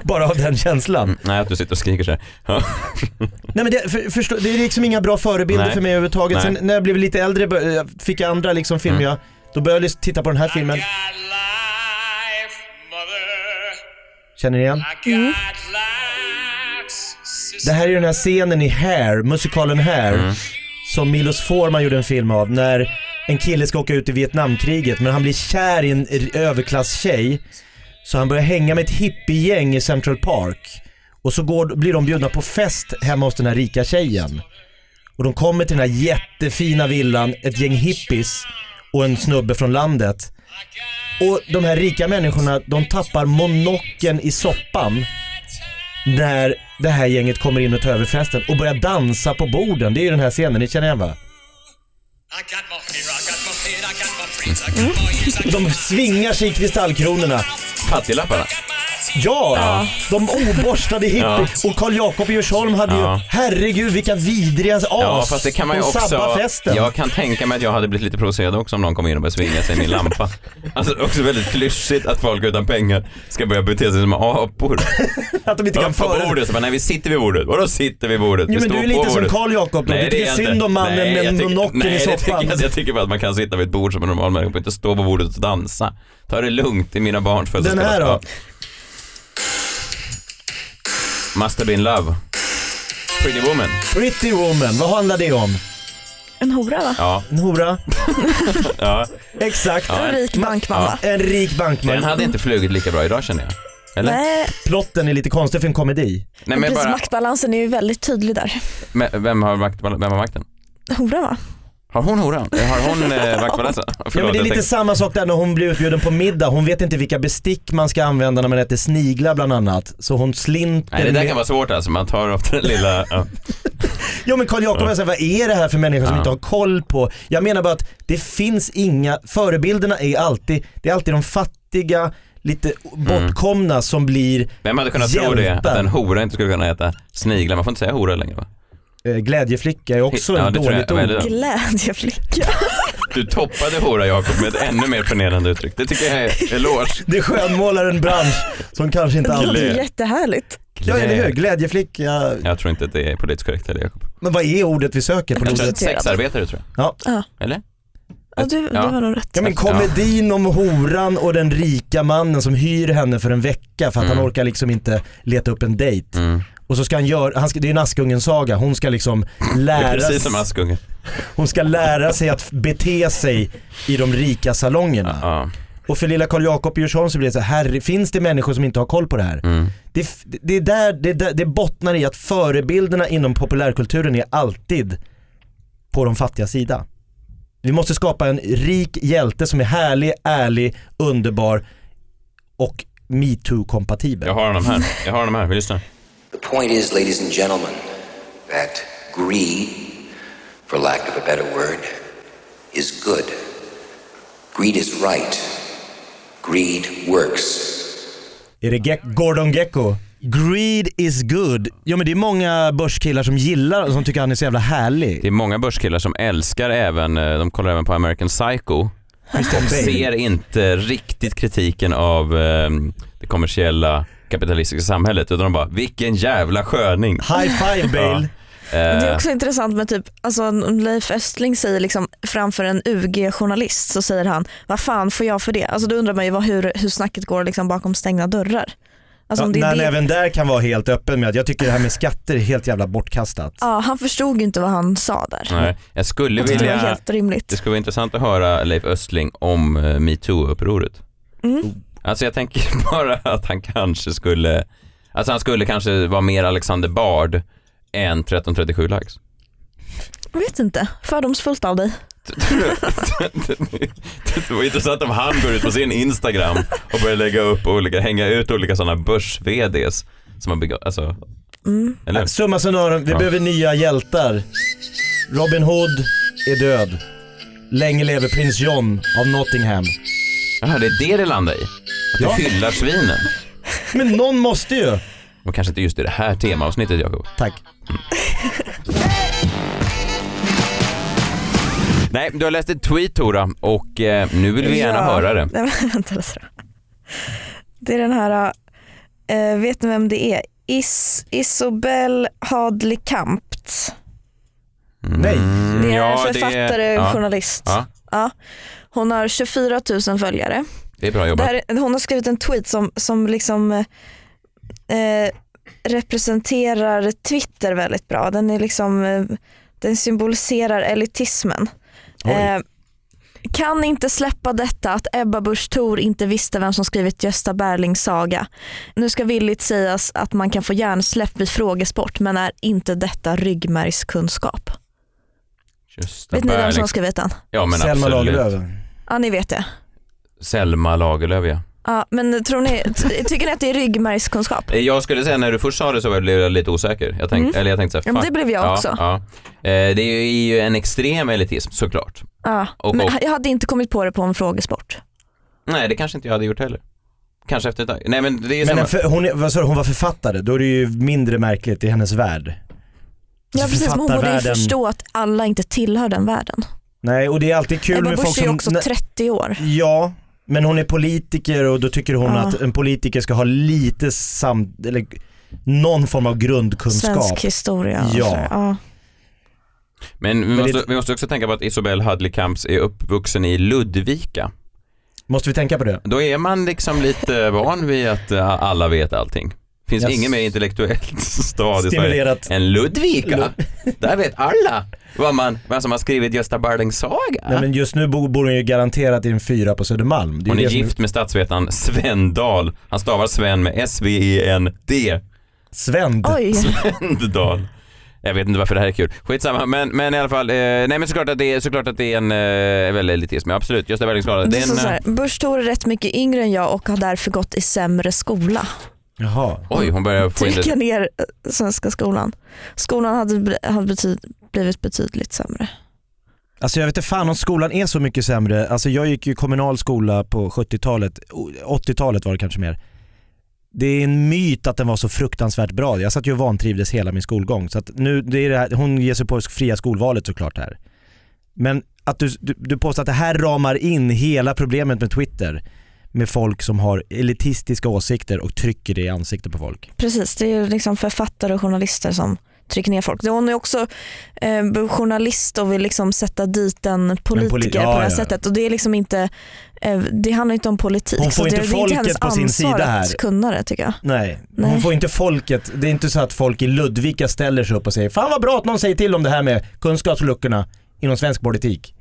Speaker 2: bara av den känslan.
Speaker 1: nej att du sitter och skriker så här. *laughs* Ja.
Speaker 2: Nej men det, för, förstå, det är liksom inga bra förebilder
Speaker 1: Nej.
Speaker 2: för mig överhuvudtaget.
Speaker 1: Nej.
Speaker 2: Sen när jag blev lite äldre bör- eh, fick jag andra liksom filmer jag, då började jag lys- titta på den här filmen. Känner ni igen? Det här är ju den här scenen i Hair, musikalen Hair, som Milos Forman gjorde en film av när en kille ska åka ut i Vietnamkriget men han blir kär i en r- överklasstjej så han börjar hänga med ett hippiegäng i Central Park. Och så går, blir de bjudna på fest hemma hos den här rika tjejen. Och de kommer till den här jättefina villan, ett gäng hippies och en snubbe från landet. Och de här rika människorna, de tappar monocken i soppan när det här gänget kommer in och tar över festen och börjar dansa på borden. Det är ju den här scenen, ni känner igen va? De svingar sig i kristallkronorna.
Speaker 1: Fattiglapparna.
Speaker 2: Ja, de oborstade hippie
Speaker 1: Ja.
Speaker 2: och Karl Jakob i Djursholm hade
Speaker 1: Ja.
Speaker 2: ju, herregud vilka vidriga as.
Speaker 1: Ja fast det kan man ju
Speaker 2: de
Speaker 1: också.
Speaker 2: sabbar festen.
Speaker 1: Jag kan tänka mig att jag hade blivit lite provocerad också om någon kom in och började svinga sig i min
Speaker 2: *laughs*
Speaker 1: lampa. Alltså det är också väldigt klyschigt att folk utan pengar ska börja bete sig som apor.
Speaker 2: *laughs* Att de inte kan
Speaker 1: Upp på
Speaker 2: föra
Speaker 1: bordet, så bara, nej vi sitter vid bordet. Vadå sitter vid bordet? vi
Speaker 2: Jo, men du
Speaker 1: står
Speaker 2: är lite
Speaker 1: på
Speaker 2: som
Speaker 1: bordet.
Speaker 2: Karl Jakob då.
Speaker 1: Nej,
Speaker 2: Du tycker
Speaker 1: det är jag
Speaker 2: synd
Speaker 1: inte.
Speaker 2: om mannen
Speaker 1: Nej,
Speaker 2: med
Speaker 1: jag tycker-
Speaker 2: monokeln i
Speaker 1: nej, det tycker
Speaker 2: soffan.
Speaker 1: jag inte. jag tycker bara att man kan sitta vid ett bord som en normal människa och inte stå på bordet och dansa. Ta det lugnt i mina barns
Speaker 2: den här då.
Speaker 1: Must have been love. Pretty Woman.
Speaker 2: Pretty Woman, vad handlar det om?
Speaker 4: En hora va?
Speaker 1: Ja.
Speaker 2: En hora?
Speaker 1: ja.
Speaker 2: Exakt.
Speaker 4: En rik bankmamma.
Speaker 2: En rik bankman.
Speaker 1: Den hade inte flugit lika bra idag känner jag. Eller?
Speaker 4: Nej,
Speaker 2: Plotten är lite konstig för en komedi.
Speaker 1: Nej men
Speaker 4: precis,
Speaker 1: bara,
Speaker 4: maktbalansen är ju väldigt tydlig där.
Speaker 1: men vem har, makt, vem har makten?
Speaker 4: Hora va?
Speaker 1: Har hon horan? Eh, Har hon
Speaker 2: *laughs*
Speaker 1: eh, vaktbalansen? Förlåt,
Speaker 2: Ja, men det är
Speaker 1: jag
Speaker 2: lite
Speaker 1: tänkte-
Speaker 2: samma sak där när hon blir utbjuden på middag. Hon vet inte vilka bestick man ska använda när man äter sniglar bland annat. Så hon slinter
Speaker 1: Nej det där
Speaker 2: med-
Speaker 1: kan vara svårt alltså, man tar ofta den lilla... Ja.
Speaker 2: Ja men Karl Jakob, jag säger, vad är det här för människor som
Speaker 1: Ja.
Speaker 2: inte har koll på? Jag menar bara att det finns inga, förebilderna är alltid, det är alltid de fattiga, lite
Speaker 1: Mm.
Speaker 2: bortkomna som blir
Speaker 1: Vem hade kunnat tro det? Att
Speaker 2: Hjälpen.
Speaker 1: en hora inte skulle kunna äta sniglar, man får inte säga hora längre va?
Speaker 2: eh, glädjeflicka är också
Speaker 1: Ja,
Speaker 2: ett
Speaker 1: det tror jag
Speaker 2: dåligt ord.
Speaker 1: väldigt-
Speaker 4: Glädjeflicka.
Speaker 1: Du toppade hora Jakob med ett ännu mer förnedrande uttryck, det tycker jag är eloge.
Speaker 2: Det skönmålar en bransch som kanske inte
Speaker 4: Det
Speaker 1: *laughs*
Speaker 4: låter
Speaker 2: alltid...
Speaker 4: ju jättehärligt.
Speaker 2: Ja eller hur, glädjeflicka.
Speaker 1: Jag tror inte att det är politiskt korrekt heller Jakob.
Speaker 2: Men vad är ordet vi söker på
Speaker 1: Jag
Speaker 2: något
Speaker 1: tror
Speaker 2: sätt?
Speaker 1: att sexarbetare tror jag.
Speaker 2: Ja.
Speaker 4: Ja.
Speaker 1: Eller?
Speaker 4: Ja, du,
Speaker 1: Ja.
Speaker 4: du har nog rätt.
Speaker 2: Ja men komedin om horan och den rika mannen som hyr henne för en vecka för att han orkar liksom inte leta upp en dejt.
Speaker 1: Mm.
Speaker 2: Och så ska han göra, han ska, det är en Askungen-saga, hon ska liksom
Speaker 1: Det är
Speaker 2: lära,
Speaker 1: precis som Askungen.
Speaker 2: hon ska lära sig att bete sig i de rika salongerna.
Speaker 1: Ja.
Speaker 2: Och för lilla Karl Jakob i Djursholm så blir det så här, herre, finns det människor som inte har koll på det här?
Speaker 1: Mm.
Speaker 2: Det, f- det, är där, det, är där- det bottnar i att förebilderna inom populärkulturen är alltid på de fattiga sida. Vi måste skapa en rik hjälte som är härlig, ärlig, underbar och metoo-kompatibel.
Speaker 1: Jag har honom här, jag har honom här, vi lyssnar.
Speaker 8: The point is, ladies and gentlemen, that greed, for lack of a better word, is good. Greed is right. Greed works.
Speaker 2: Är det Ge- Gordon Gecko? Greed is good. Ja men det är många börskillar som gillar, som tycker han är så jävla
Speaker 1: Det
Speaker 2: härlig.
Speaker 1: är många börskillar som älskar även, eh, de kollar även på American Psycho. *laughs* Och ser inte riktigt kritiken av eh, det kommersiella kapitalistiska samhället utan de bara, vilken jävla sköning.
Speaker 2: High five Bale. Eh.
Speaker 4: Men Det är också intressant med typ, alltså om Leif Östling säger liksom framför en UG-journalist så säger han, vad fan får jag för det? Alltså då undrar man ju vad, hur, hur snacket går liksom bakom stängda dörrar. Alltså,
Speaker 2: Ja,
Speaker 4: om det är
Speaker 2: när han
Speaker 4: det,
Speaker 2: även där kan vara helt öppen med att jag tycker det här med skatter är helt jävla bortkastat.
Speaker 4: ja, han förstod ju inte vad han sa där.
Speaker 1: Nej, jag skulle
Speaker 4: Jag tyckte det var
Speaker 1: vilja,
Speaker 4: helt rimligt.
Speaker 1: det skulle vara intressant att höra Leif Östling om eh, metoo-upproret.
Speaker 4: Mm.
Speaker 1: Alltså jag tänker *laughs* bara att han kanske skulle, alltså han skulle kanske vara mer Alexander Bard än 1337 lax.
Speaker 4: Jag vet inte, fördomsfullt av dig.
Speaker 1: Det var intressant om han går ut på sin Instagram och börjar lägga upp olika, hänga ut olika sådana börs-VDs som har begått, alltså, eller?
Speaker 2: Summa summarum, vi
Speaker 1: Ja.
Speaker 2: behöver nya hjältar. Robin Hood är död. Länge lever prins John av Nottingham.
Speaker 1: Jaha, det är det det landar i? Att
Speaker 2: Ja.
Speaker 1: du hyllar svinen?
Speaker 2: Men någon måste ju.
Speaker 1: Men kanske inte just i det här temaavsnittet Jakob.
Speaker 2: Tack.
Speaker 1: Nej, du har läst ett tweet Tora och eh, nu vill vi gärna
Speaker 4: Ja.
Speaker 1: höra det.
Speaker 4: Nej, men *laughs* vänta lite då. Det är den här, eh, vet ni vem det är? Is, Isobel Hadley Kampt.
Speaker 1: Mm,
Speaker 2: Nej.
Speaker 4: Det är
Speaker 1: ja, det är-
Speaker 4: författare
Speaker 1: ja.
Speaker 4: och journalist.
Speaker 1: Ja.
Speaker 4: Ja. Hon har 24 000 följare.
Speaker 1: Det är bra
Speaker 4: Det
Speaker 1: jobbat.
Speaker 4: här, hon har skrivit en tweet som, som liksom eh, eh, representerar Twitter väldigt bra. Den, är liksom, eh, den symboliserar elitismen. Eh, kan inte släppa detta att Ebba Busch Thor inte visste vem som skrivit Gösta Berlings saga. Nu ska villigt sägas att man kan få hjärnsläpp vid frågesport men är inte detta ryggmärgskunskap?
Speaker 1: Just
Speaker 4: Vet ni vem som har
Speaker 1: Berlings-
Speaker 4: skrivit den?
Speaker 1: Ja men
Speaker 2: Selma
Speaker 1: absolut.
Speaker 2: Lagerlöf.
Speaker 4: Ja ni vet det.
Speaker 1: Selma Lagerlöf ja.
Speaker 4: Ja, men tror ni, ty- tycker ni att det är ryggmärgskunskap?
Speaker 1: Eh, Jag skulle säga när du först sa det så blev jag lite osäker. Jag tänkte, eller jag tänkte så
Speaker 4: Mm. Ja,
Speaker 1: här, fuck.
Speaker 4: men det blev jag
Speaker 1: ja,
Speaker 4: också.
Speaker 1: Ja. Eh, Det är ju en extrem elitism såklart.
Speaker 4: Ja,
Speaker 1: Och-
Speaker 4: men
Speaker 1: och-
Speaker 4: jag hade inte kommit på det på en frågesport.
Speaker 1: Nej det kanske inte jag hade gjort heller. Kanske efter ett tag. Nej men det är ju
Speaker 2: Men
Speaker 1: samma.
Speaker 2: en för, hon, är- vad sa du, hon var författare, då är det ju mindre märkligt i hennes värld.
Speaker 4: Ja
Speaker 2: Alltså,
Speaker 4: precis, men hon borde ju
Speaker 2: författarvärlden-
Speaker 4: förstå att alla inte tillhör den världen.
Speaker 2: Nej och det är alltid kul
Speaker 4: Ebba
Speaker 2: med folk
Speaker 4: Busch är ju
Speaker 2: som...
Speaker 4: också
Speaker 2: nä-
Speaker 4: 30 år.
Speaker 2: Ja, men hon är politiker och då tycker hon
Speaker 4: Ja.
Speaker 2: att en politiker ska ha lite sam... eller någon form av grundkunskap.
Speaker 4: Svensk historia. och
Speaker 2: Ja.
Speaker 4: sådär. ja.
Speaker 1: Men vi
Speaker 2: det-
Speaker 1: måste, vi måste också tänka på att Isobel Hadley Kamps är uppvuxen i Ludvika.
Speaker 2: Måste vi tänka på det?
Speaker 4: *laughs*
Speaker 1: Då är man liksom lite van vid att eh, alla vet allting. finns
Speaker 2: Yes.
Speaker 1: ingen mer intellektuellt *laughs* stad i Sverige
Speaker 2: Stimulerat.
Speaker 1: än Ludvika. Där vet
Speaker 2: *laughs*
Speaker 1: alla vad man, vem som har skrivit Gösta Berlings saga.
Speaker 2: Nej men just nu bor, bor hon ju garanterat i en fyra på Södermalm. Det
Speaker 1: Hon
Speaker 2: ju
Speaker 1: är
Speaker 2: det som
Speaker 1: gift med statsvetaren Sven Dahl. Han stavar Sven med E S-V-E-N-D.
Speaker 2: Svänd.
Speaker 4: Oj,
Speaker 1: *laughs* Dahl. Jag vet inte varför det här är kul. Skitsamma, men, men i alla fall. Eh, nej men såklart att det är, såklart att det är en eh, väl elitism, ja, absolut. Gösta Berlings saga.
Speaker 4: det
Speaker 1: Det
Speaker 4: är så
Speaker 1: är en, eh,
Speaker 4: här, Busch Thor är rätt mycket yngre än jag och har därför gått i sämre skola.
Speaker 2: Jaha.
Speaker 1: eh, oj, hon börjar få in det.
Speaker 4: Trycka ner eh, svenska skolan. Skolan hade, bl- hade betyd, blivit betydligt sämre.
Speaker 2: Alltså jag vet inte fan om skolan är så mycket sämre. Alltså jag gick ju kommunal skola på 70-talet, O- 80-talet var det kanske mer. Det är en myt att den var så fruktansvärt bra. Jag satt ju och vantrivdes hela min skolgång. Så att nu, det är det här, hon ger sig på fria skolvalet såklart här. Men att du, du, du påstår att det här ramar in hela problemet med Twitter med folk som har elitistiska åsikter och trycker det i ansiktet på folk.
Speaker 4: Precis, det är ju liksom författare och journalister som trycker ner folk. Hon är också eh, journalist och vill liksom sätta dit en politiker
Speaker 2: ja,
Speaker 4: på det här
Speaker 2: ja.
Speaker 4: sättet. Och det, är liksom inte, eh, det handlar inte om politik.
Speaker 2: Hon
Speaker 4: så
Speaker 2: får
Speaker 4: det,
Speaker 2: inte
Speaker 4: det är inte hennes
Speaker 2: folket på sin
Speaker 4: ansvar
Speaker 2: sida här.
Speaker 4: att kunna det tycker jag.
Speaker 2: Nej, hon
Speaker 4: Nej.
Speaker 2: får inte folket, det är inte så att folk i Ludvika ställer sig upp och säger Fan vad bra att någon säger till om det här med kunskapsluckorna inom svensk politik.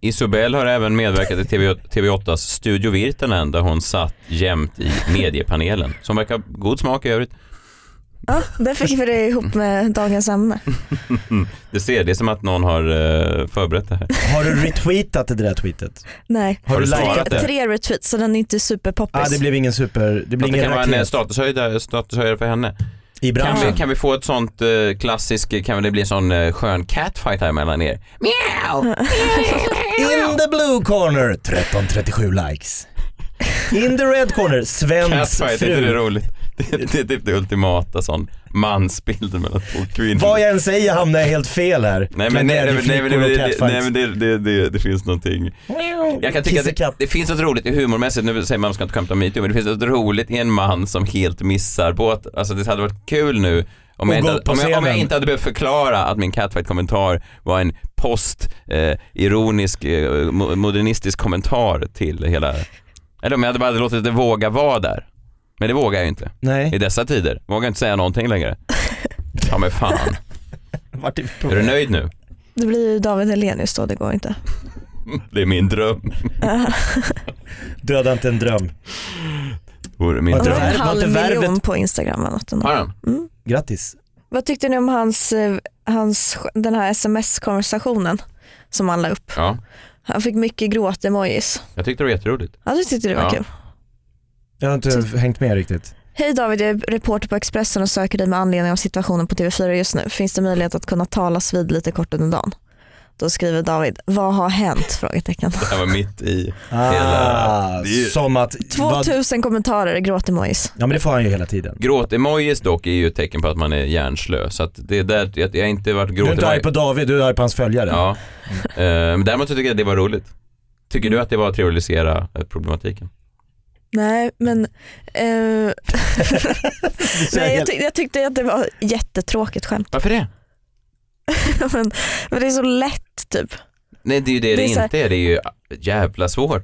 Speaker 1: Isobel har även medverkat i TV, TV8s Studio Virtanen där hon satt jämt i mediepanelen. Som verkar ha god smak i övrigt.
Speaker 4: Ja, där fick vi det ihop med dagens ämne.
Speaker 1: Du ser, det är som att någon har eh, förberett det här.
Speaker 2: Har du retweetat det där tweetet?
Speaker 4: Nej.
Speaker 2: Har,
Speaker 1: Har
Speaker 2: du
Speaker 1: du
Speaker 2: likat
Speaker 1: svarat
Speaker 2: det?
Speaker 1: det?
Speaker 4: Tre retweets så den är inte superpoppis.
Speaker 2: ah, det blev ingen super, det
Speaker 1: Det,
Speaker 2: blev
Speaker 1: det
Speaker 2: ingen
Speaker 1: kan vara en eh,
Speaker 2: raket
Speaker 1: statushöjda- statushöjare för henne.
Speaker 2: i
Speaker 1: Kan
Speaker 2: branschen.
Speaker 1: vi, kan vi få ett sånt eh, klassiskt, kan det bli en sån eh, skön catfight här mellan er? Miau!
Speaker 2: In the blue corner, 1337 likes. In the red corner, Svens
Speaker 1: Catfight, är inte det
Speaker 2: fru.
Speaker 1: roligt? *laughs* Det, det är typ det ultimata sån mansbilden mellan två kvinnor.
Speaker 2: Vad jag än säger hamnar jag helt fel här.
Speaker 1: Nej men, nej, nej, nej, nej,
Speaker 2: Glädjeflickor
Speaker 1: nej,
Speaker 2: och
Speaker 1: nej,
Speaker 2: catfights.
Speaker 1: nej men det, det, det, det finns någonting. Jag kan tycka att det,
Speaker 2: Kissekatt.
Speaker 1: det finns något roligt i humormässigt, nu säger man att man ska inte skämta om metoo, men det finns något roligt i en man som helt missar båt. Alltså det hade varit kul nu om
Speaker 2: Och
Speaker 1: jag,
Speaker 2: gå
Speaker 1: inte,
Speaker 2: upp på
Speaker 1: om, jag, om jag
Speaker 2: scenen.
Speaker 1: inte hade behövt förklara att min catfight-kommentar var en post-ironisk, eh, mo- modernistisk kommentar till hela... Eller om jag hade bara låtit det våga vara där. Men det vågar jag ju inte. I
Speaker 2: Nej,
Speaker 1: dessa tider. Vågar inte säga någonting längre. Ja men fan.
Speaker 2: vart är vi på
Speaker 1: Är du nöjd nu?
Speaker 4: *laughs*
Speaker 1: *laughs*
Speaker 4: Det blir ju David Hellenius då, det går inte.
Speaker 1: Det är min dröm.
Speaker 2: Döda inte en dröm.
Speaker 1: Vore min
Speaker 2: Vad
Speaker 4: *laughs* Han har
Speaker 1: dröm.
Speaker 2: Värvet var inte
Speaker 4: en halv miljon
Speaker 2: värvet.
Speaker 4: på Instagram eller något. Mm.
Speaker 1: Har han?
Speaker 2: Grattis.
Speaker 4: Vad tyckte ni om hans, eh, hans, den här sms-konversationen som han la upp?
Speaker 1: Ja.
Speaker 4: Han fick mycket gråt-emojis.
Speaker 1: Jag tyckte det var jätteroligt.
Speaker 4: Ja, du tyckte det var
Speaker 1: Ja.
Speaker 4: kul.
Speaker 2: Jag har
Speaker 4: Typ.
Speaker 2: inte hängt med riktigt.
Speaker 4: Hej David, jag är reporter på Expressen och söker dig med anledning av situationen på TV4 just nu. Finns det möjlighet att kunna talas vid lite kort under dagen? Då skriver David, vad har hänt? Frågetecken.
Speaker 1: Det här var mitt i.
Speaker 2: Ah,
Speaker 1: Hela- det är ju-
Speaker 2: som att... vad-
Speaker 4: 2000 kommentarer, gråt-emojis.
Speaker 2: Ja men det får han ju hela tiden.
Speaker 1: Gråt-emojis dock är ju ett tecken på att man är hjärnslö. Så att det är där, jag, jag har inte varit
Speaker 2: Du är inte arg på
Speaker 1: gråt
Speaker 2: David, du är arg på hans följare.
Speaker 1: Ja. Eh, Men däremot så tycker jag att det var roligt. Tycker du att det var att trivialisera eh, problematiken?
Speaker 4: Nej, men eh, nej,
Speaker 2: tycker
Speaker 4: jag, tyck- jag tyckte att det var jättetråkigt skämt. *laughs*
Speaker 1: Varför det?
Speaker 4: men, men det är så lätt typ.
Speaker 1: Nej det är ju det det,
Speaker 4: Det är så här-
Speaker 1: inte är. Det är ju jävla svårt.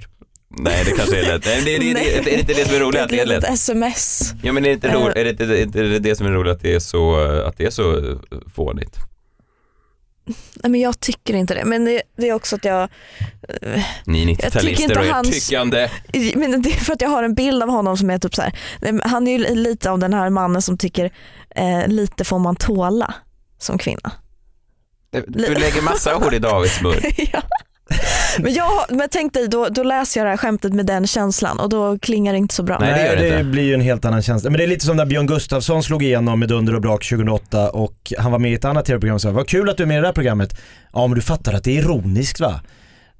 Speaker 1: Nej det kanske är lätt. Nej, men det, det, det, det, är inte det som är roligt att det är
Speaker 4: ett
Speaker 1: lätt.
Speaker 4: sms.
Speaker 1: Ja men är det inte roligt,
Speaker 4: Eh.
Speaker 1: är det, inte- är det, är det det som är roligt att det är så, att det är så eh, fånigt?
Speaker 4: Nej, men jag tycker inte det. Men det, det är också att jag,
Speaker 1: Ni
Speaker 4: Jag tycker
Speaker 1: 90-talister
Speaker 4: inte
Speaker 1: och ert
Speaker 4: hans-
Speaker 1: tyckande.
Speaker 4: men det är för att jag har en bild av honom som är typ så här. nej, men han är ju lite av den här mannen som tycker eh, lite får man tåla som kvinna. *laughs*
Speaker 1: Du lägger massa ord i Davids mun.
Speaker 4: ja. Men, jag, har- men tänk dig, då, då läser jag det här skämtet med den känslan och då klingar det inte så bra.
Speaker 1: Nej, det gör det inte.
Speaker 2: blir ju en helt annan känsla. Men det är lite som när Björn Gustafsson slog igenom med Dunder och Brak 2008 och han var med i ett annat tv-program och sa vad kul att du är med i det här programmet. Ja men du fattar att det är ironiskt va?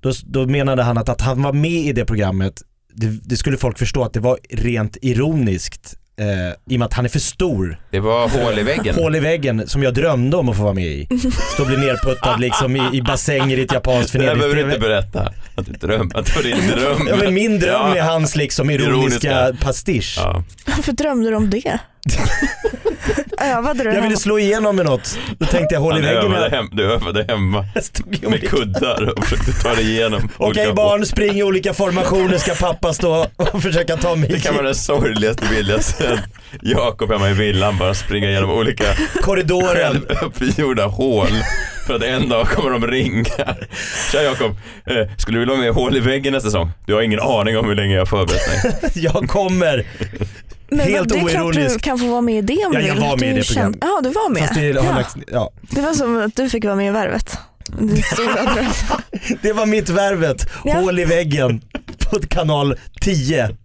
Speaker 2: Då, då menade han att, att han var med i det programmet, det, det skulle folk förstå att det var rent ironiskt eh, i och med att han är för stor
Speaker 1: Det var hål i väggen.
Speaker 2: hål i väggen som jag drömde om att få vara med i. Stå och
Speaker 1: *laughs*
Speaker 2: bli nerputtad liksom i, i bassänger i ett japanskt
Speaker 1: Det här behöver du inte
Speaker 2: förnedrings-tv.
Speaker 1: berätta. Att du dröm, att det var
Speaker 2: *laughs*
Speaker 1: din dröm.
Speaker 2: Ja men min dröm är hans liksom ironiska
Speaker 1: Ironiska.
Speaker 2: pastisch.
Speaker 1: Ja.
Speaker 2: *laughs*
Speaker 4: Varför drömde du om det? Övade du
Speaker 2: Jag ville
Speaker 4: hemma?
Speaker 2: slå igenom med något. Då tänkte jag håll i
Speaker 1: Han
Speaker 2: väggen.
Speaker 1: övade
Speaker 2: här.
Speaker 1: hem, du övade hemma
Speaker 2: *laughs* Jag stod i
Speaker 1: med
Speaker 2: olika-
Speaker 1: kuddar och försökte ta dig igenom.
Speaker 2: *laughs* Okej
Speaker 1: olika
Speaker 2: barn, spring i olika formationer ska pappa stå och försöka ta mig
Speaker 1: Det kan vara den sorgligaste bilden. Sen Jakob hemma i villan bara springa genom olika
Speaker 2: i korridoren.
Speaker 1: självuppgjorda hål. För att en dag kommer de ringar. Tja Jakob, eh, skulle du vilja vara med i Hål i väggen nästa säsong? Du har ingen aning om hur länge jag har förberett mig.
Speaker 2: *laughs* Jag kommer.
Speaker 4: Men
Speaker 2: Helt
Speaker 4: det är klart du
Speaker 2: oironiskt.
Speaker 4: kan få vara med i det om
Speaker 2: Ja,
Speaker 4: du
Speaker 2: jag
Speaker 4: vill.
Speaker 2: var med i
Speaker 4: Du
Speaker 2: det
Speaker 4: känd-
Speaker 2: programmet.
Speaker 4: Ja, du var med.
Speaker 2: Fast det, har
Speaker 4: ja.
Speaker 2: lagts, ja.
Speaker 4: det var som att du fick vara med i Värvet. Det är
Speaker 2: *laughs*
Speaker 4: så bra.
Speaker 2: det var mitt värvet.
Speaker 4: Ja.
Speaker 2: Hål i väggen på kanal 10.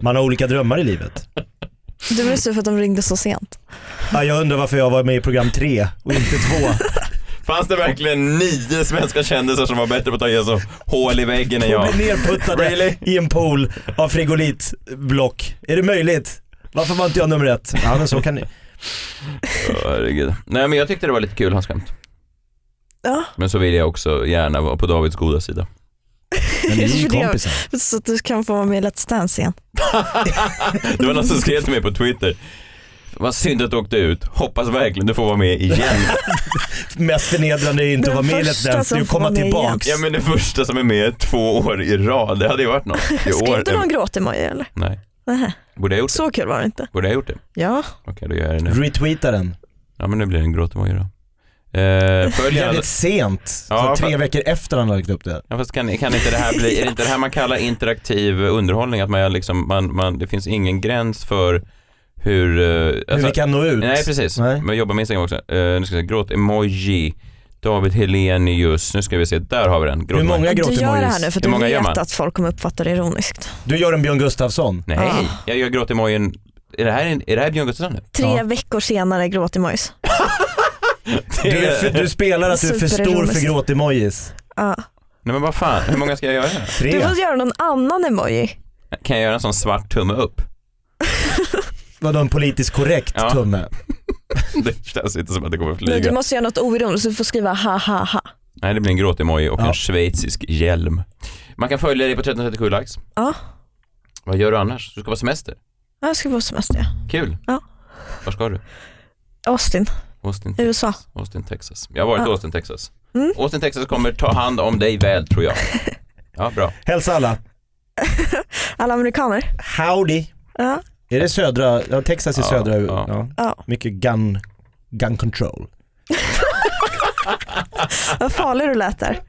Speaker 2: Man har olika drömmar i livet.
Speaker 4: du blev sur för att de ringde så sent.
Speaker 2: Ja, jag undrar varför jag var med i program 3 och inte *laughs* 2.
Speaker 1: Fanns det verkligen nio svenska kändisar som var bättre på att ta igenom hål i väggen än jag?
Speaker 2: och bli nerputtade
Speaker 1: Really?
Speaker 2: i en pool av frigolitblock. Är det möjligt? Varför var inte jag nummer ett? Ja men så *laughs* kan ni.
Speaker 1: Åh, Herregud. Nej men jag tyckte det var lite kul hans skämt.
Speaker 4: Ja,
Speaker 1: Men så vill jag också gärna vara på Davids goda
Speaker 2: *laughs*
Speaker 1: sida.
Speaker 2: Men ni är ju
Speaker 4: *laughs* För det-
Speaker 2: kompisar.
Speaker 4: så att du kan få vara med i Let's Dance igen.
Speaker 1: Det var någon som skrev till mig på Twitter. Vad synd att du åkte ut. Hoppas verkligen du får vara med igen.
Speaker 2: Mest förnedrande är ju inte att
Speaker 4: Den
Speaker 2: vara med i Let's
Speaker 4: första
Speaker 2: Dance, det är
Speaker 4: som
Speaker 2: att komma
Speaker 4: får vara med
Speaker 2: tillbaks.
Speaker 1: Ja men det första som är med två år i rad, det hade ju
Speaker 2: *laughs*
Speaker 1: varit något. I
Speaker 4: Skrev
Speaker 1: år,
Speaker 4: du någon gråtemoji eller?
Speaker 1: Nej.
Speaker 4: Nähä.
Speaker 1: Borde jag gjort det?
Speaker 4: Så kul var det inte.
Speaker 1: Borde jag gjort det?
Speaker 4: Ja.
Speaker 1: Okej, då gör jag det nu.
Speaker 2: Retweeta den.
Speaker 1: Ja men nu blir det en gråtemoji då. Eh, följ gärna...
Speaker 2: Jävligt sent.
Speaker 1: Ja,
Speaker 2: så tre
Speaker 1: för-
Speaker 2: veckor efter han har lagt upp det.
Speaker 1: Ja, fast kan, kan inte det här bli, är det inte det här man kallar interaktiv underhållning? Att man gör liksom, man, man, det finns ingen gräns för hur... eh,
Speaker 2: Hur
Speaker 1: alltså-
Speaker 2: vi kan nå ut.
Speaker 1: Nej precis,
Speaker 2: Nej.
Speaker 1: men jobba med Instagram också. Eh, nu ska vi se, gråt-emoji, David Helenius, nu ska vi se, där har vi den.
Speaker 2: Hur
Speaker 1: Gråt-emoji.
Speaker 2: många
Speaker 4: Du gör det här
Speaker 2: gråtemojis?
Speaker 4: nu
Speaker 1: Hur
Speaker 4: för du
Speaker 1: många gör man?
Speaker 4: vet att folk kommer uppfatta det ironiskt.
Speaker 2: Du gör en Björn Gustafsson. *laughs*
Speaker 1: Nej,
Speaker 4: Ah.
Speaker 1: jag gör gråt-emojin. Är det här, en- är det här Björn Gustafsson nu?
Speaker 4: Tre
Speaker 2: Ja.
Speaker 4: veckor senare gråtemojis.
Speaker 2: Du, är för, du spelar att du är för stor för
Speaker 4: Superironiskt.
Speaker 2: gråtemojis.
Speaker 4: Ja.
Speaker 1: Nej men vad fan, hur många ska jag göra?
Speaker 4: Du
Speaker 2: Tre.
Speaker 4: får göra någon annan emoji.
Speaker 1: Kan jag göra en sån svart tumme upp? *laughs*
Speaker 2: Vadå en politiskt korrekt
Speaker 1: Ja.
Speaker 2: tumme?
Speaker 1: Det känns inte som att det kommer att
Speaker 4: Nej,
Speaker 1: flyga.
Speaker 4: *laughs* du måste göra något oironiskt, så du får skriva ha ha ha.
Speaker 1: Nej, det blir en gråtemoji och
Speaker 2: Ja.
Speaker 1: en schweizisk hjälm. Man kan följa dig på 1337 likes.
Speaker 4: Ja.
Speaker 1: Vad gör du annars? Du ska på semester.
Speaker 4: Ja, Jag ska på semester.
Speaker 1: Kul.
Speaker 4: Ja.
Speaker 1: Var ska du?
Speaker 4: ja. Austin,
Speaker 1: Austin,
Speaker 4: USA.
Speaker 1: Austin, Texas. Jag har varit i
Speaker 4: Ja.
Speaker 1: Austin, Texas.
Speaker 4: Mm.
Speaker 1: Austin, Texas kommer ta hand om dig väl tror
Speaker 4: *laughs*
Speaker 1: jag. Ja, bra.
Speaker 2: Hälsa alla.
Speaker 4: Alla amerikaner.
Speaker 2: Howdy.
Speaker 4: Ja.
Speaker 2: Är det södra, ja, Texas är
Speaker 1: Ja,
Speaker 2: södra
Speaker 1: ja.
Speaker 2: ja.
Speaker 4: Ja.
Speaker 2: Mycket gun, gun control.
Speaker 4: Vad farlig du lät där.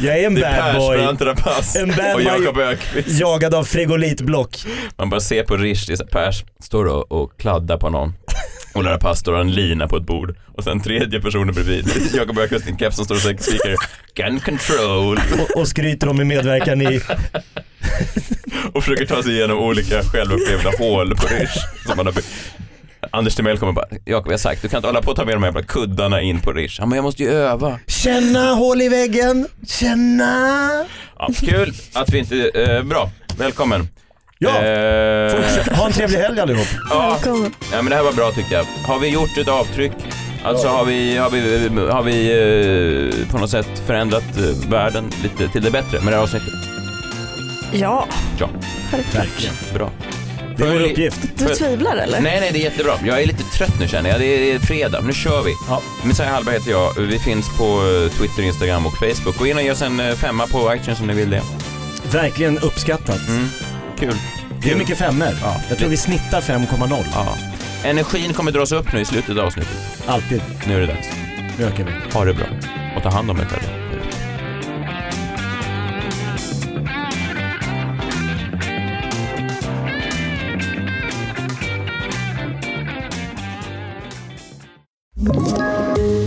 Speaker 2: Jag är en
Speaker 1: Det är
Speaker 2: bad boy.
Speaker 1: Persbrandt, Rapace
Speaker 2: En bad
Speaker 1: och
Speaker 2: boy.
Speaker 1: Jakob Ökvist.
Speaker 2: Jagad av frigolitblock.
Speaker 1: Man bara ser på Rish, det är så här, Pers står och, och kladdar på någon. Och Lara Pass står och har en lina på ett bord. Och sen tredje personen bredvid, *laughs* Jakob Ökvist i en keps som står och skriker gun control.
Speaker 2: Och, och skryter om min medverkan i,
Speaker 1: och försöker ta sig igenom olika självupplevda hål på Rish. Som man har byggt. Anders Timell kommer bara, Jakob jag har sagt, du kan inte hålla på att ta med de här jävla kuddarna in på Rish. Ja men jag måste ju öva.
Speaker 2: känna hål i väggen, känna.
Speaker 1: Ja, kul att vi inte, eh, bra, välkommen.
Speaker 2: Ja,
Speaker 1: eh,
Speaker 2: fortsätt. ha en trevlig helg allihop.
Speaker 1: ja,
Speaker 4: Välkommen.
Speaker 1: ja, men det här var bra tycker jag. Har vi gjort ett avtryck? Alltså har vi, har vi, har vi eh, på något sätt förändrat eh, världen lite till det bättre med det här avsnittet?
Speaker 4: Ja,
Speaker 1: Ja,
Speaker 2: Verkligen.
Speaker 1: bra.
Speaker 2: Det är vår
Speaker 1: Följ-
Speaker 2: uppgift.
Speaker 4: du
Speaker 1: För-
Speaker 4: tvivlar eller?
Speaker 1: Nej, nej, det är jättebra. Jag är lite trött nu känner jag. Det är fredag, nu kör vi.
Speaker 2: Ja.
Speaker 1: Messiah Hallberg heter jag. Vi finns på eh, Twitter, Instagram och Facebook. Gå in och ge oss en eh, femma på iTunes om ni vill det.
Speaker 2: Verkligen uppskattat.
Speaker 1: Kul.
Speaker 2: Det är mycket femmor.
Speaker 1: Mm. Ja.
Speaker 2: Jag tror vi snittar 5,0.
Speaker 1: Ja. Energin kommer dras upp nu i slutet av avsnittet.
Speaker 2: Alltid.
Speaker 1: Nu är det dags.
Speaker 2: Nu ökar vi.
Speaker 1: Ha det bra och ta hand om er själva.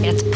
Speaker 6: Ett